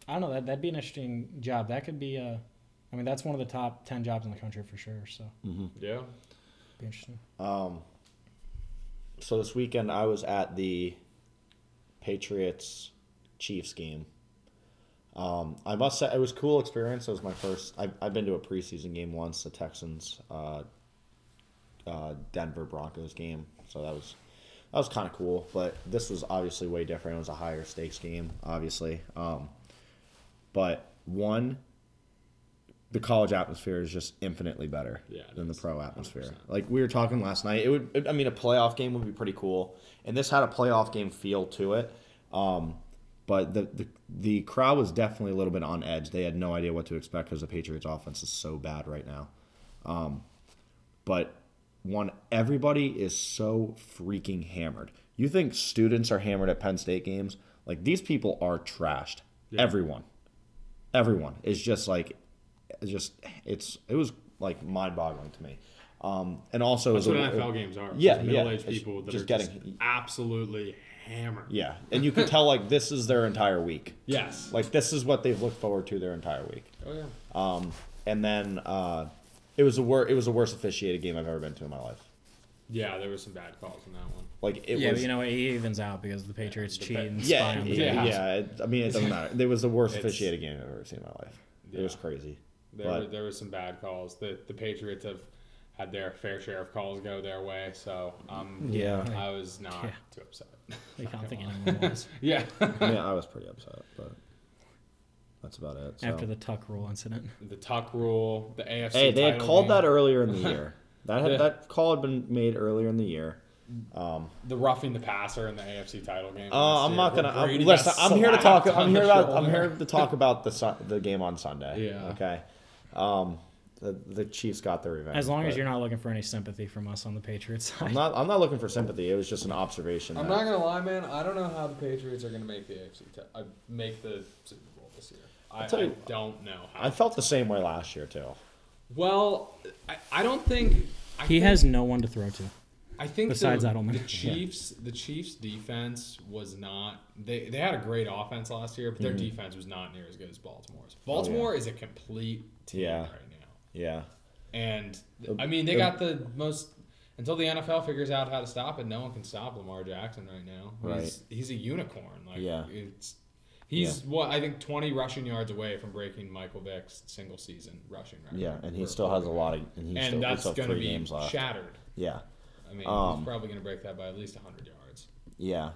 I don't know. That that'd be an interesting job. That could be a, I mean, that's one of the top ten jobs in the country for sure. So
Yeah.
be interesting.
So this weekend I was at the Patriots Chiefs game. Um, I must say it was a cool experience. It was my first. I've, I've been to a preseason game once, the Texans, uh, uh, Denver Broncos game. So that was that was kind of cool. But this was obviously way different. It was a higher stakes game, obviously. Um, but one, the college atmosphere is just infinitely better
Yeah, it
than the
is.
pro atmosphere.
100%.
Like we were talking last night, it would. I mean, a playoff game would be pretty cool, and this had a playoff game feel to it. Um, but the, the the crowd was definitely a little bit on edge. They had no idea what to expect because the Patriots' offense is so bad right now. Um, but one, everybody is so freaking hammered. You think students are hammered at Penn State games? Like these people are trashed. Everyone, everyone is just like, it's just it's it was like mind boggling to me. Um, and also it
That's
was
what
a-
NFL games are.
Yeah, yeah.
Middle aged
It's
people that
just
are just
getting-
absolutely hammered.
Yeah, and you could tell like this is their entire week.
Yes.
Like this is what they've looked forward to their entire week.
oh yeah.
Um, and then uh, it was a wor- it was the worst officiated game I've ever been to in my life.
Yeah, there were some bad calls in that one.
Like it
yeah,
was.
but you know what? It evens out because the Patriots
the
cheat
Pa-
and spy
yeah,
on the
yeah,
Yeah.
yeah, it- I mean, it doesn't matter. It was the worst
It's-
officiated game I've ever seen in my life. It was
Yeah.
crazy.
There
But-
were there were some bad calls. The the Patriots have had their fair share of calls go their way, so um
Yeah.
I was not
Yeah.
too upset. [LAUGHS]
I don't think
[LAUGHS]
anyone was
yeah.
I mean, I was pretty upset, but that's about it. So.
after the Tuck Rule incident.
the tuck rule, the AFC.
hey, they had
title
called
game,
that earlier in the [LAUGHS] year. That had,
Yeah.
that call had been made earlier in the year.
the roughing the passer in the AFC title game.
Uh,
last
I'm
year,
not
where
gonna I'm,
Brady
listen.
got
I'm here to
slapped
talk.
on
I'm here
the
about. I'm
shoulder.
here to talk
[LAUGHS]
about the Sun- the game on Sunday.
Yeah.
Okay. Um, the, the Chiefs got their revenge.
As long as
but
you're not looking for any sympathy from us on the Patriots [LAUGHS] side.
I'm not. I'm not looking for sympathy. It was just an observation.
I'm
that-
not gonna lie, man. I don't know how the Patriots are gonna make the AFC. T- uh, make the Super Bowl this year. I,
tell
I
you-
don't know. How.
I felt the same way last year too.
well, I, I don't think I
he
think,
has no one to throw to.
I think
besides
the,
Edelman.
the
[LAUGHS] Yeah.
Chiefs, the Chiefs' defense was not. They they had a great offense last year, but their
Mm-hmm.
defense was not near as good as Baltimore's. Baltimore is a complete team
Oh, Yeah.
right now.
Yeah.
And I mean, they got the most until the NFL figures out how to stop it. No one can stop Lamar Jackson right now. He's, he's a unicorn. Like
Yeah.
it's he's what I think twenty rushing yards away from breaking Michael Vick's single season rushing record.
Yeah, and he
for
still has a
quarterback.
lot of. And, he still,
And that's
going to
be
games left.
shattered.
yeah.
I mean,
Um,
he's probably going to break that by at least hundred yards.
Yeah.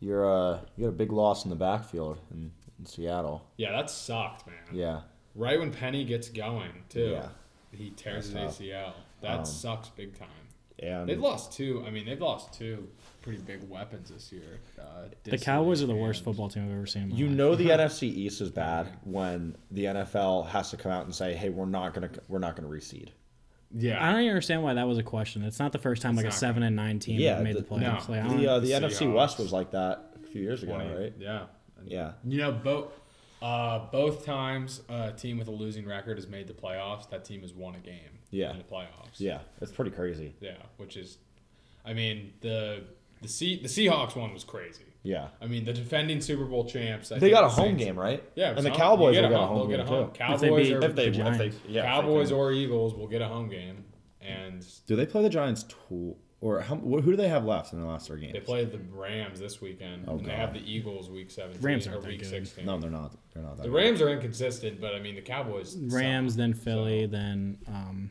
You're uh you had a big loss in the backfield in, in Seattle.
Yeah, that sucked, man.
Yeah.
Right when Penny gets going, too,
Yeah.
he tears his
That's
ACL. That
Um,
sucks big time.
And
They've lost two. I mean, they've lost two pretty big weapons this year. Uh,
The
Disney
Cowboys are the worst
and-
football team I've ever seen. In my
You
life.
know the [LAUGHS] NFC East is bad when the NFL has to come out and say, "Hey, we're not gonna we're not gonna reseed."
Yeah.
I don't even understand why that was a question. It's not the first time like a
not.
seven and nine team
Yeah,
have made
the-
the playoffs.
no.
Like, I don't-
The uh, the
The
NFC West
Seahawks.
was like that a few years ago,
Twenty-
right?
Yeah.
Yeah.
You know, both uh, both times a team with a losing record has made the playoffs. That team has won a game.
Yeah.
In the playoffs.
Yeah, it's pretty crazy.
Yeah, which is, I mean the the Se- the Seahawks one was crazy.
Yeah,
I mean the defending Super Bowl champs. I
they
think
got a
the
home
Saints-
game, right?
Yeah,
and the
so
Cowboys
you
will
get
get
a
a home
they'll
game
get a home.
too.
If they
Cowboys
beat-
or
If they,
The
if they,
Giants.
yeah,
Cowboys
if they can-
or Eagles will get a home game, and
do they play the Giants tw- or how, who do they have left in the last three games?
they play the Rams this weekend,
Oh,
and they
God.
have the Eagles week seventeen
Rams
or
aren't that
week
good.
sixteen.
No, they're not. They're not that.
The
good.
Rams are inconsistent, but I mean the Cowboys.
Rams,
suck.
then Philly, then um,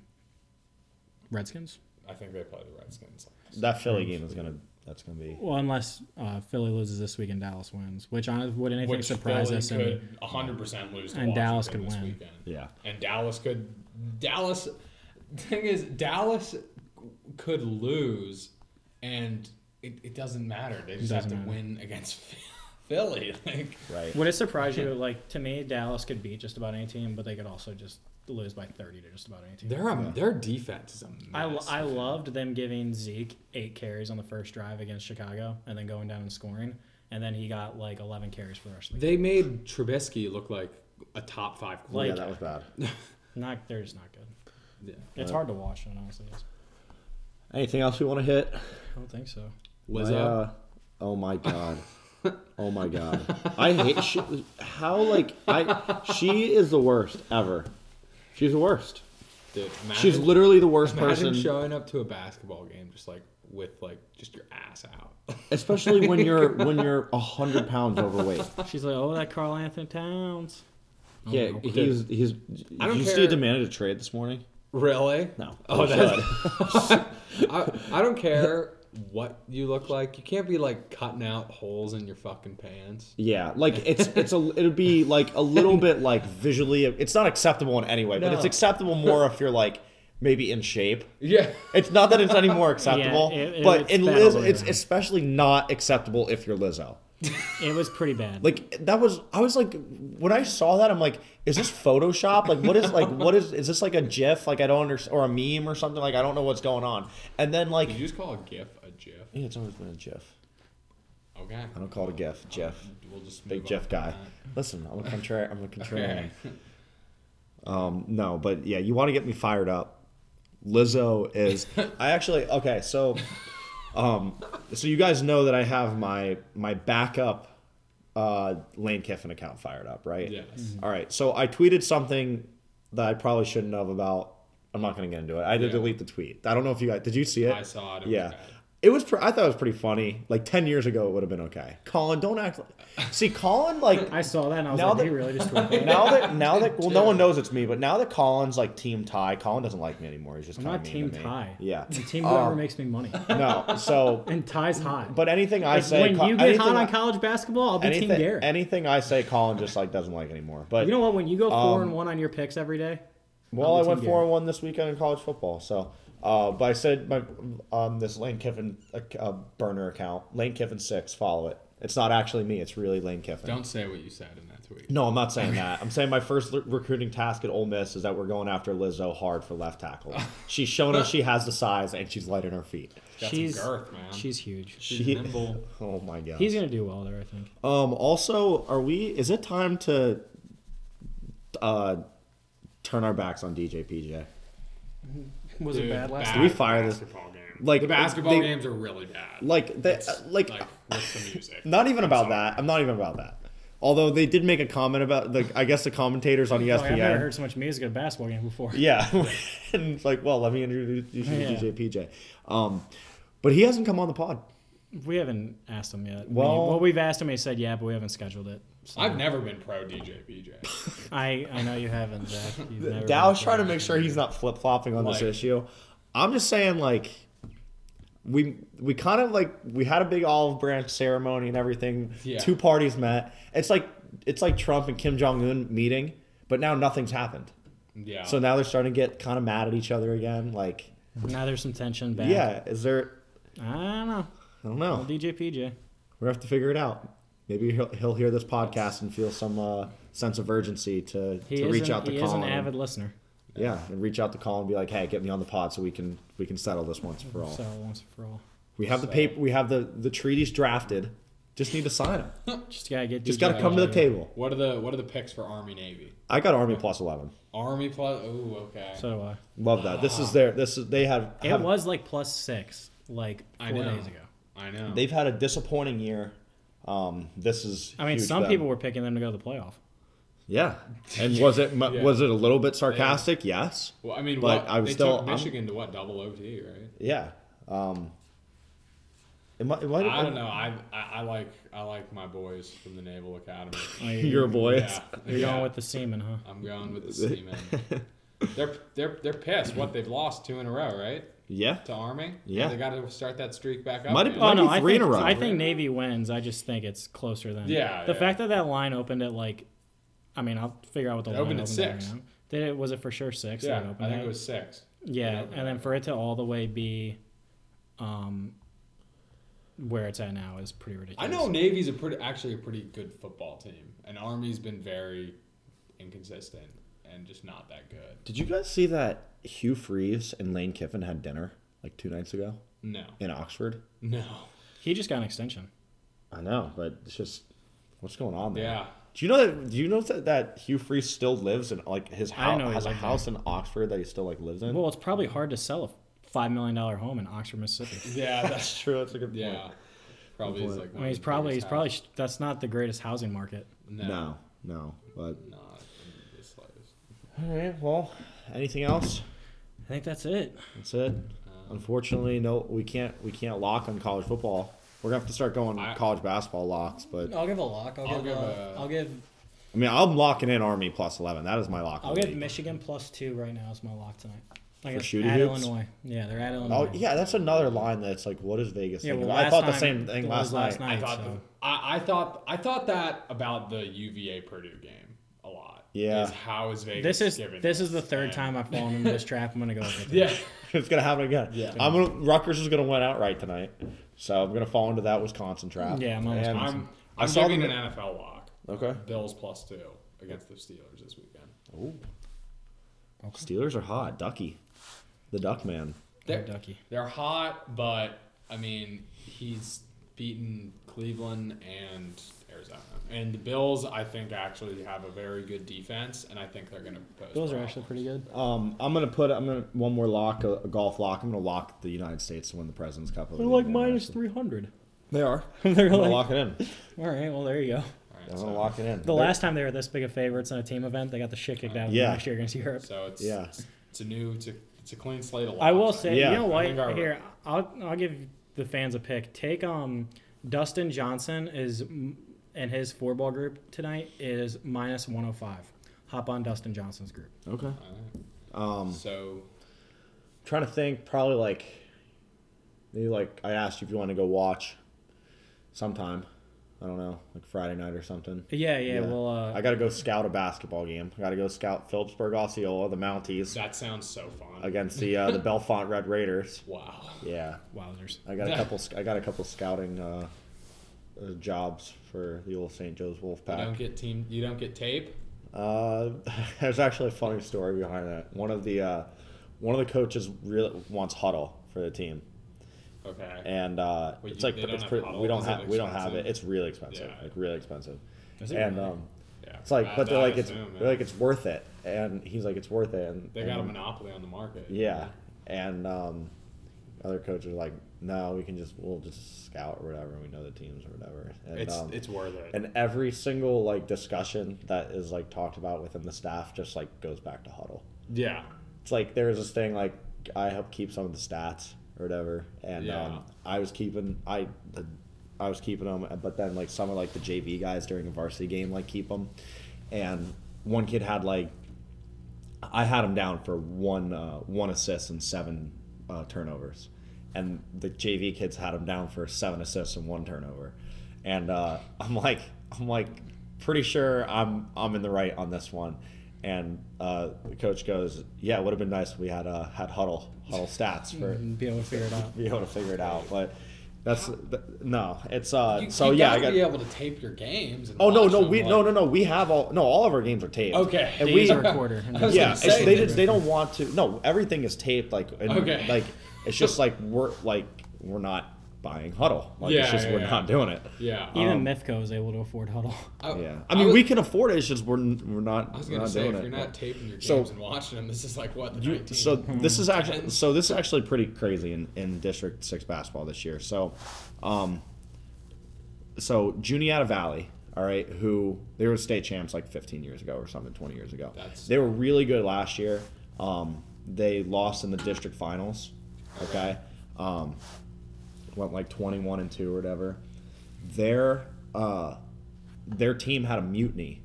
Redskins.
I think they play the Redskins.
That Philly game is gonna. That's gonna be.
Well, unless uh, Philly loses this week and Dallas wins, which I would anything
Which
surprise
Philly
us. And
could 100 percent lose. To
and Dallas
Washington
could
this
win.
Weekend.
Yeah.
And Dallas could. Dallas. Thing is, Dallas could lose, and it, it doesn't matter. They just have
doesn't
to
matter.
win against [LAUGHS] Philly. Like,
right?
Would it surprise you? Like to me, Dallas could beat just about any team, but they could also just lose by thirty to just about any team.
their um, their defense is a mess.
I, lo- I loved them giving Zeke eight carries on the first drive against Chicago, and then going down and scoring, and then he got like eleven carries for the rest of the game.
they made Trubisky look like a top five
yeah,
quarterback.
that was bad.
Not they're just not good.
Yeah.
It's hard to watch, and honestly, it's-
Anything else we want to hit?
I don't think so.
Lizzo.
My, uh, oh my god. oh my god. I hate she, how like I she is the worst ever. She's the worst.
Dude,
She's
imagine-
literally the worst
Imagine
person,
showing up to a basketball game just like with like just your ass out. [LAUGHS]
especially when you're when you're a hundred pounds overweight.
She's like, oh, that Carl Anthony Towns.
yeah,
no.
he's he's.
I don't
you
care.
see, demanded a trade this morning.
really?
No.
Oh,
Shut
that's-
up.
I, I don't care what you look like. You can't be like cutting out holes in your fucking pants.
yeah. Like it's it's a it'd be like a little bit like visually. It's not acceptable in any way, but it's
No.
acceptable more if you're like maybe in shape.
Yeah.
It's not that it's any more acceptable,
it- it-
but
it's
in
bad
Liz,
all the way
it's
around.
especially not acceptable if you're Lizzo.
It was pretty bad.
Like that was, I was like, when I saw that, I'm like, is this Photoshop? Like, what is like, what is is this like a GIF? Like, I don't understand, or a meme or something. Like, I don't know what's going on. And then like,
Did you just call a GIF a GIF?
yeah, it's always been a GIF.
Okay.
I don't call it a GIF. GIF.
We'll just
Big
move
GIF
on
guy.
from
Listen, I'm a contrary. I'm a
that.
contrarian.
Okay.
Um, no, but yeah, you want to get me fired up. Lizzo is. I actually okay. So, um, so you guys know that I have my my backup uh, Lane Kiffin account fired up, right?
Yes.
All right. So I tweeted something that I probably shouldn't have about. I'm not going to get into it. I had
Yeah.
to delete the tweet. I don't know if you guys did. You see it?
I saw it. It was
yeah.
bad.
It was. Pre- I thought it was pretty funny. Like ten years ago, it would have been okay. Colin, don't act. Like- see, Colin, like
I saw that, and I was
Now
like,
that-
he really just
[LAUGHS]
tweeted that.
now that now that well, no one knows it's me, but now that Colin's like team Ty, Colin doesn't like me anymore. He's just
I'm
kinda
not
mean
team
to me.
Ty. [LAUGHS]
Yeah,
The team whoever
Um,
makes
[LAUGHS]
me money.
no. So,
And Ty's hot.
but anything I
Like,
say,
when
Co-
you get
anything
hot
I-
on college basketball, I'll be Team
anything,
Garrett.
anything I say, Colin just like doesn't like anymore. But
you know what? When you go four
Um,
and one on your picks every day,
well,
I'll
I
be
went
Team
four and one this weekend in college football. So, uh, but I said my um this Lane Kiffin uh, uh, burner account, Lane Kiffin six. Follow it. It's not actually me. It's really Lane Kiffin.
Don't say what you said in that tweet.
No, I'm not saying that. I'm saying my first l- recruiting task at Ole Miss is that we're going after Lizzo hard for left tackle. She's shown us she has the size and she's light in her feet.
Got some
she's
girth, man.
she's huge.
She's
She-
nimble.
[LAUGHS] Oh my god.
He's gonna do well there, I think.
um. Also, are we? Is it time to uh turn our backs on DJ PJ?
Was
Dude,
it bad last?
bad
Did we fire this-
basketball game.
like,
the basketball
they-
games are really bad.
Like that?
It's,
Like,
like with the music.
not even about that. I'm not even about that. Although they did make a comment about the, I guess the commentators
Oh,
on E
I've never
ESPN.
heard so much music at a basketball game before.
Yeah, [LAUGHS] and it's like, well, let me introduce you to
Yeah.
DJ PJ. Um, but he hasn't come on the pod.
We haven't asked him yet. Well,
Well-
well, we've asked him. He said yeah, but we haven't scheduled it. So
I've never been pro DJ
[LAUGHS]
BJ.
I I know you haven't, Zach. You've never
Dow's
been
trying to
friends.
make sure he's not flip flopping on this
Like-
issue. I'm just saying, like, we we kind of like we had a big olive branch ceremony and everything.
Yeah.
Two parties met. It's like it's like Trump and Kim Jong Un meeting, but now nothing's happened.
Yeah.
So now they're starting to get kind of mad at each other again. Like,
Now there's some tension back.
yeah, is there?
I don't know.
I don't know.
DJ PJ.
We have to figure it out. Maybe he'll, he'll hear this podcast and feel some uh, sense of urgency to,
He
to
is
reach
an,
out to
he
Colin.
is an avid listener.
Yeah, and reach out to Colin and be like, "Hey, get me on the pod so we can we can settle this once for all."
So once for all,
we have the paper, we have the the treaties drafted. Just need to sign
[LAUGHS]
them.
just gotta get.
Just
DJ
got to come to the
PJ.
table.
what are the what are the picks for Army Navy?
I got Army plus eleven.
Army plus. Oh, okay.
So do I.
Love that. This is their this is they have,
It
have-
was like plus six, like four
I know.
days ago.
I know.
they've had a disappointing year. Um, this is.
I mean,
huge
some
then.
people were picking them to go to
[LAUGHS]
the playoff.
Yeah,
[LAUGHS]
and was it mu
Yeah.
was it a little bit sarcastic? Yes.
well, I mean,
but
what,
I was
they
still-
took
I'm-
Michigan to what double OT, right?
Yeah. Um, it might, it might
I don't know. I, I I like I like my boys from the
[LAUGHS]
Naval Academy.
[LAUGHS]
Like,
Your boys.
Yeah,
You're
yeah.
going with the semen, huh?
I'm going with
[LAUGHS]
the seamen. they're they're they're pissed. What they've lost two in a row, right?
[LAUGHS] Yeah.
To Army.
Yeah.
They got to start that streak back up.
Might have-
man.
might- Might
Oh no,
be
I
three
think
in a row.
I think Navy wins. I just think it's closer than
Yeah,
The
yeah.
fact that that line opened at like, I mean, I'll figure out what the
It
line
opened at
right
six.
now. Did it was it for sure six?
yeah,
that
I
opened
think
at?
it was six.
yeah,
it opened
and then
at.
for it to all the way be, um, where it's at now is pretty
I
ridiculous.
know Navy's a pretty, actually a pretty good football team, and Army's been very inconsistent and just not that good.
Did you guys see that Hugh Freeze and Lane Kiffin had dinner like two nights ago
No,
in Oxford?
no,
He just got an extension.
I know, but it's just what's going on there.
yeah.
Do you know that? Do you know that, that Hugh Freeze still lives in like his
I
house?
know he
has a
lived
house in Oxford that he still like lives in.
Well, it's probably hard to sell a five million dollar home in Oxford,
[LAUGHS]
Mississippi.
Yeah, that's
[LAUGHS] that's true. That's a good point.
yeah. Probably is like. one
I mean, he's
of the
probably he's
biggest
probably
houses.
that's not the greatest housing market.
no,
No, no. But
not in the slightest.
all right. Well, anything else?
I think that's it.
That's it. Unfortunately, no. We can't. We can't lock on college football. We're gonna have to start going
I-
college basketball locks. But
I'll give a lock. I'll,
I'll
give.
give
uh,
a-
I'll give.
I mean, I'm locking in Army plus eleven. That is my lock. of
I'll
the
give
week.
Michigan plus two right now as my lock tonight. Like
For
it's
shooty
at
hoops?
Illinois. Yeah, they're at Illinois.
Oh yeah, that's another line that's like, what is Vegas?
Yeah,
thinking?
well,
I
last
thought the
time-
same thing
it
last
was
night.
last
I
night,
thought
so-
I, I thought I thought that about the UVA Purdue game a lot.
Yeah.
is how is Vegas?
This is
given
this is the third
and-
time I've fallen into this trap. I'm gonna
[LAUGHS]
go with it.
Yeah,
[LAUGHS] it's gonna happen again.
Yeah.
I'm gonna Rutgers is gonna win outright tonight, so I'm gonna fall into that Wisconsin trap.
Yeah, I'm almost
And-
I'm
I
I'm
saw
giving
them-
an NFL lock.
okay.
Bills plus two against the Steelers this weekend.
Ooh. Steelers are hot. Ducky, the Duck Man.
They're
They're,
ducky.
they're hot, but I mean, he's beaten Cleveland and Arizona. And the Bills, I think, actually have a very good defense, and I think they're going to pose.
Bills are
problems.
actually pretty good.
Um, I'm gonna put I'm gonna one more lock a, a golf lock. I'm gonna lock the United States to win the President's Cup.
They're like minus three hundred.
They are.
[LAUGHS] They're
I'm gonna
like,
lock it [LAUGHS] in.
all right. Well, there you go.
All right,
I'm
so,
gonna lock it in.
The last time they were this big of favorites in a team event, they got the shit kicked out of them
Yeah.
last year against Europe.
so it's
Yeah.
it's, it's a new it's a, it's a clean slate of locks.
I will say,
Yeah.
you know what?
I think our-
Here, I'll I'll give the fans a pick. Take um, Dustin Johnson is m- and his four ball group tonight is minus one hundred five. Hop on Dustin Johnson's group.
Okay.
All right.
Um,
So
trying to think. Probably like maybe like I asked you if you want to go watch sometime. I don't know, like Friday night or something.
Yeah, yeah. Well, uh,
I gotta go scout a basketball game. I gotta go scout Phillipsburg Osceola, the Mounties,
that sounds so fun.
against the [LAUGHS] uh, the Belfont Red Raiders.
Wow.
Yeah,
wowzers.
I got a couple. sc- I got a couple scouting uh, uh, jobs for the old St. Joe's
You
Wolfpack.
don't get team. You don't get tape.
Uh, [LAUGHS] there's actually a funny story behind that. One of the uh, one of the coaches really wants huddle for the team,
Okay.
and uh,
Wait,
it's
you-
like
they don't
it's
have
pre-
huddle?
we don't
Is it
have we don't have it.
expensive?
It's really expensive,
Yeah.
like really expensive.
Is it
And
really?
um,
yeah.
it's like,
I-
but they're
I
like it's
assume,
they're
yeah.
like it's worth it, and he's like it's worth it, and
they got a
and-
monopoly on the market.
Yeah, and um, other coaches are like, no, we can just we'll just scout or whatever. We know the teams or whatever. And,
It's
um,
it's worth it.
and every single like discussion that is like talked about within the staff just like goes back to huddle.
yeah.
It's like there was this thing like I helped keep some of the stats or whatever, and
Yeah.
um, I was keeping I. The, I was keeping them, but then like some of like the JV guys during a varsity game like keep them, and one kid had like I had him down for one uh, one assist and seven uh, turnovers, and the JV kids had him down for seven assists and one turnover, and uh, [LAUGHS] I'm like I'm like pretty sure I'm I'm in the right on this one, and uh, the coach goes, yeah, it would have been nice if we had uh, had huddle huddle stats for
[LAUGHS] And be able to figure it out.
be able to figure it out, but. That's th- no. It's uh.
You,
so
you
yeah,
gotta
I got.
be able to tape your games. And
Oh no,
watch
no,
them,
we
like-
no, no, no. We have all no. All of our games are taped.
Okay.
and
Days
we
are a quarter.
I was
[LAUGHS] yeah,
gonna
it's,
say,
they
dude.
just they don't want to. No, everything is taped. Like and,
Okay.
like it's
[LAUGHS]
just like we're like we're not buying huddle. Like it's
Yeah,
just
yeah,
we're
yeah.
not doing it.
Yeah.
Even
Um,
Mythco is able to afford huddle.
I,
Yeah, I mean
was-
we can afford it. It's just we're n- we're not.
I was
we're
gonna
not
say
doing
if you're
it.
not taping your games
So-
and watching them, this is like what the
You-
19th?
so this is actually
Ten.
so this is actually pretty crazy in, in District Six basketball this year. So, um, so Juniata Valley, all right, who they were state champs like 15 years ago or something, 20 years ago.
That's-
they were really good last year. Um, they lost in the district finals. Okay, um, went like 21 and two or whatever. Their uh, their team had a mutiny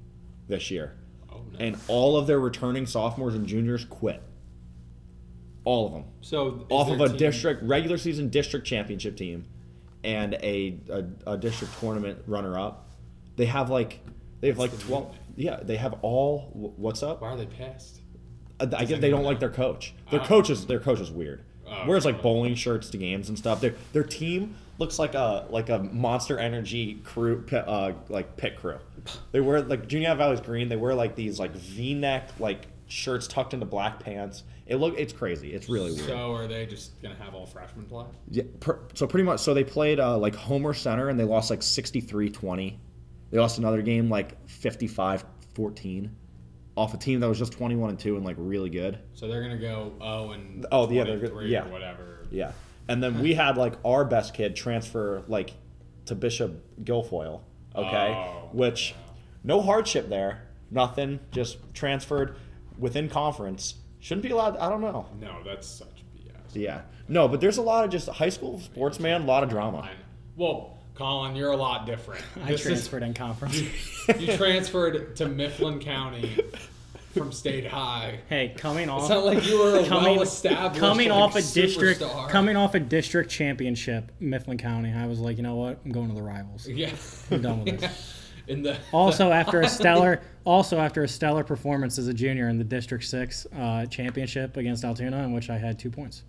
this year
oh, no.
and all of their returning sophomores and juniors quit. All of them.
so is
Off
their
of a
team-
district regular season district championship team and a a, a district tournament runner up. They have like they have like
the
12 yeah, they have all wh- what's up?
Why are they pissed?
Uh, I guess they don't like their coach. Their
Ah.
coach is their coach is weird.
Oh,
Wears like
okay.
bowling shirts to games and stuff. Their their team looks like a like a Monster Energy crew, pe- uh, like pit crew. They wear like Junior High Valley's green. They wear like these like V-neck like shirts tucked into black pants. It look it's crazy. It's really weird.
So are they just gonna have all freshmen play?
Yeah, per, so pretty much, so they played uh, like Homer Center and they lost like 63 20. They lost another game like 55 14 off a team that was just 21 and 2 and like really good.
So they're gonna go oh and
Oh, yeah, they're good-
23
yeah.
or whatever.
Yeah. And then we had like our best kid transfer like to Bishop Guilfoyle, okay?
Oh.
Which no hardship there, nothing, just transferred within conference. Shouldn't be allowed, I don't know.
No, that's such BS.
Yeah. No, but there's a lot of just high school sports, man, a lot of drama.
I know. Well, Colin, you're a lot [LAUGHS] different.
I transferred
[LAUGHS]
in conference.
Is, you transferred to Mifflin County from State High. [LAUGHS]
hey, coming off
It's not like you were a
coming,
well-established
coming
like,
off a district
superstar.
coming off a district championship, Mifflin County. I was like, you know what? I'm going to the rivals.
Yeah.
I'm done
[LAUGHS]
with this.
In the
Also, after a stellar, also after a stellar performance as a junior in the District Six uh, championship against Altoona, in which I had two points,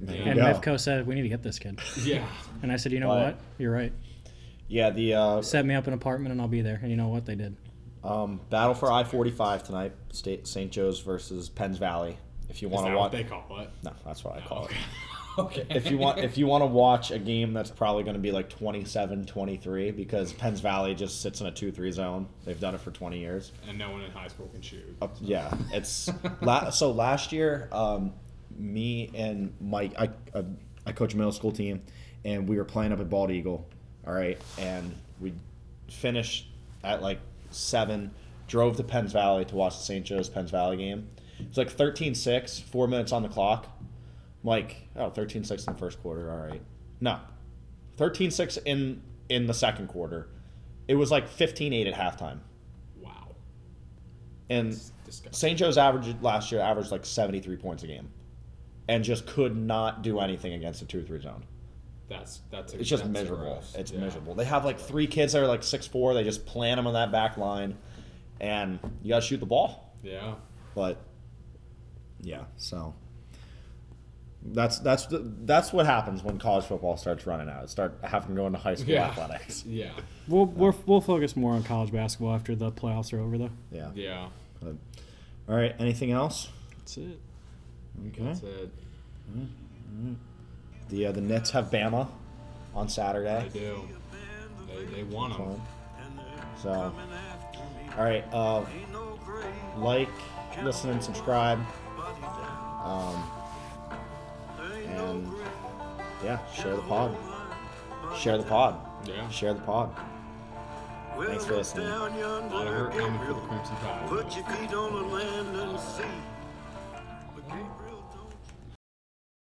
yeah,
and
Yeah.
Mifco said, "We need to get this kid,"
[LAUGHS] yeah.
and I said, "You know
Why?
what? You're right.
Yeah, the uh,
Set me up an apartment, and I'll be there." And you know what they did?
Um, battle for I forty five tonight. State St. Joe's versus Penns Valley. If you
Is
want to
that what
watch,
they call it?
no, that's what I call
Okay. [LAUGHS]
it.
okay.
If you want, if you want to watch a game that's probably going to be like 27-23 because Penns Valley just sits in a 2-3 zone. They've done it for twenty years.
and no one in high school can shoot.
Uh, yeah, it's [LAUGHS] la- so last year, um, me and Mike, I, I I coach a middle school team, and we were playing up at Bald Eagle. All right, and we finished at like seven. Drove to Penns Valley to watch the St. Joe's Penns Valley game. It's like 13-6, four minutes on the clock. I'm like, oh, 13-6 in the first quarter. All right, no, 13-6 in in the second quarter. It was like 15-8 at halftime,
Wow.
and
It's disgusting.
St. Joe's averaged last year averaged like 73 points a game and just could not do anything against a 2-3 zone.
That's that's.
It's just
that's
miserable.
gross.
It's
Yeah.
miserable. They have like three kids that are like 6'4", they just plant them on that back line and you got to shoot the ball.
Yeah.
But yeah, so that's that's the, that's what happens when college football starts running out. It start having going to high school
Yeah. [LAUGHS]
athletics.
Yeah.
We'll we're, we'll focus more on college basketball after the playoffs are over, though.
Yeah.
Yeah.
But- all right, anything else?
That's it.
Okay.
That's it.
The uh, the Nets have Bama on Saturday.
They do. They, they want them.
So, all right. Uh, like, listen, and subscribe. Um, and yeah, share the pod. Share the pod.
Yeah.
Share the pod.
Thanks for listening.
A lot of hurt coming for the Crimson Tide.
Put your feet on the land and sea. But Gabriel-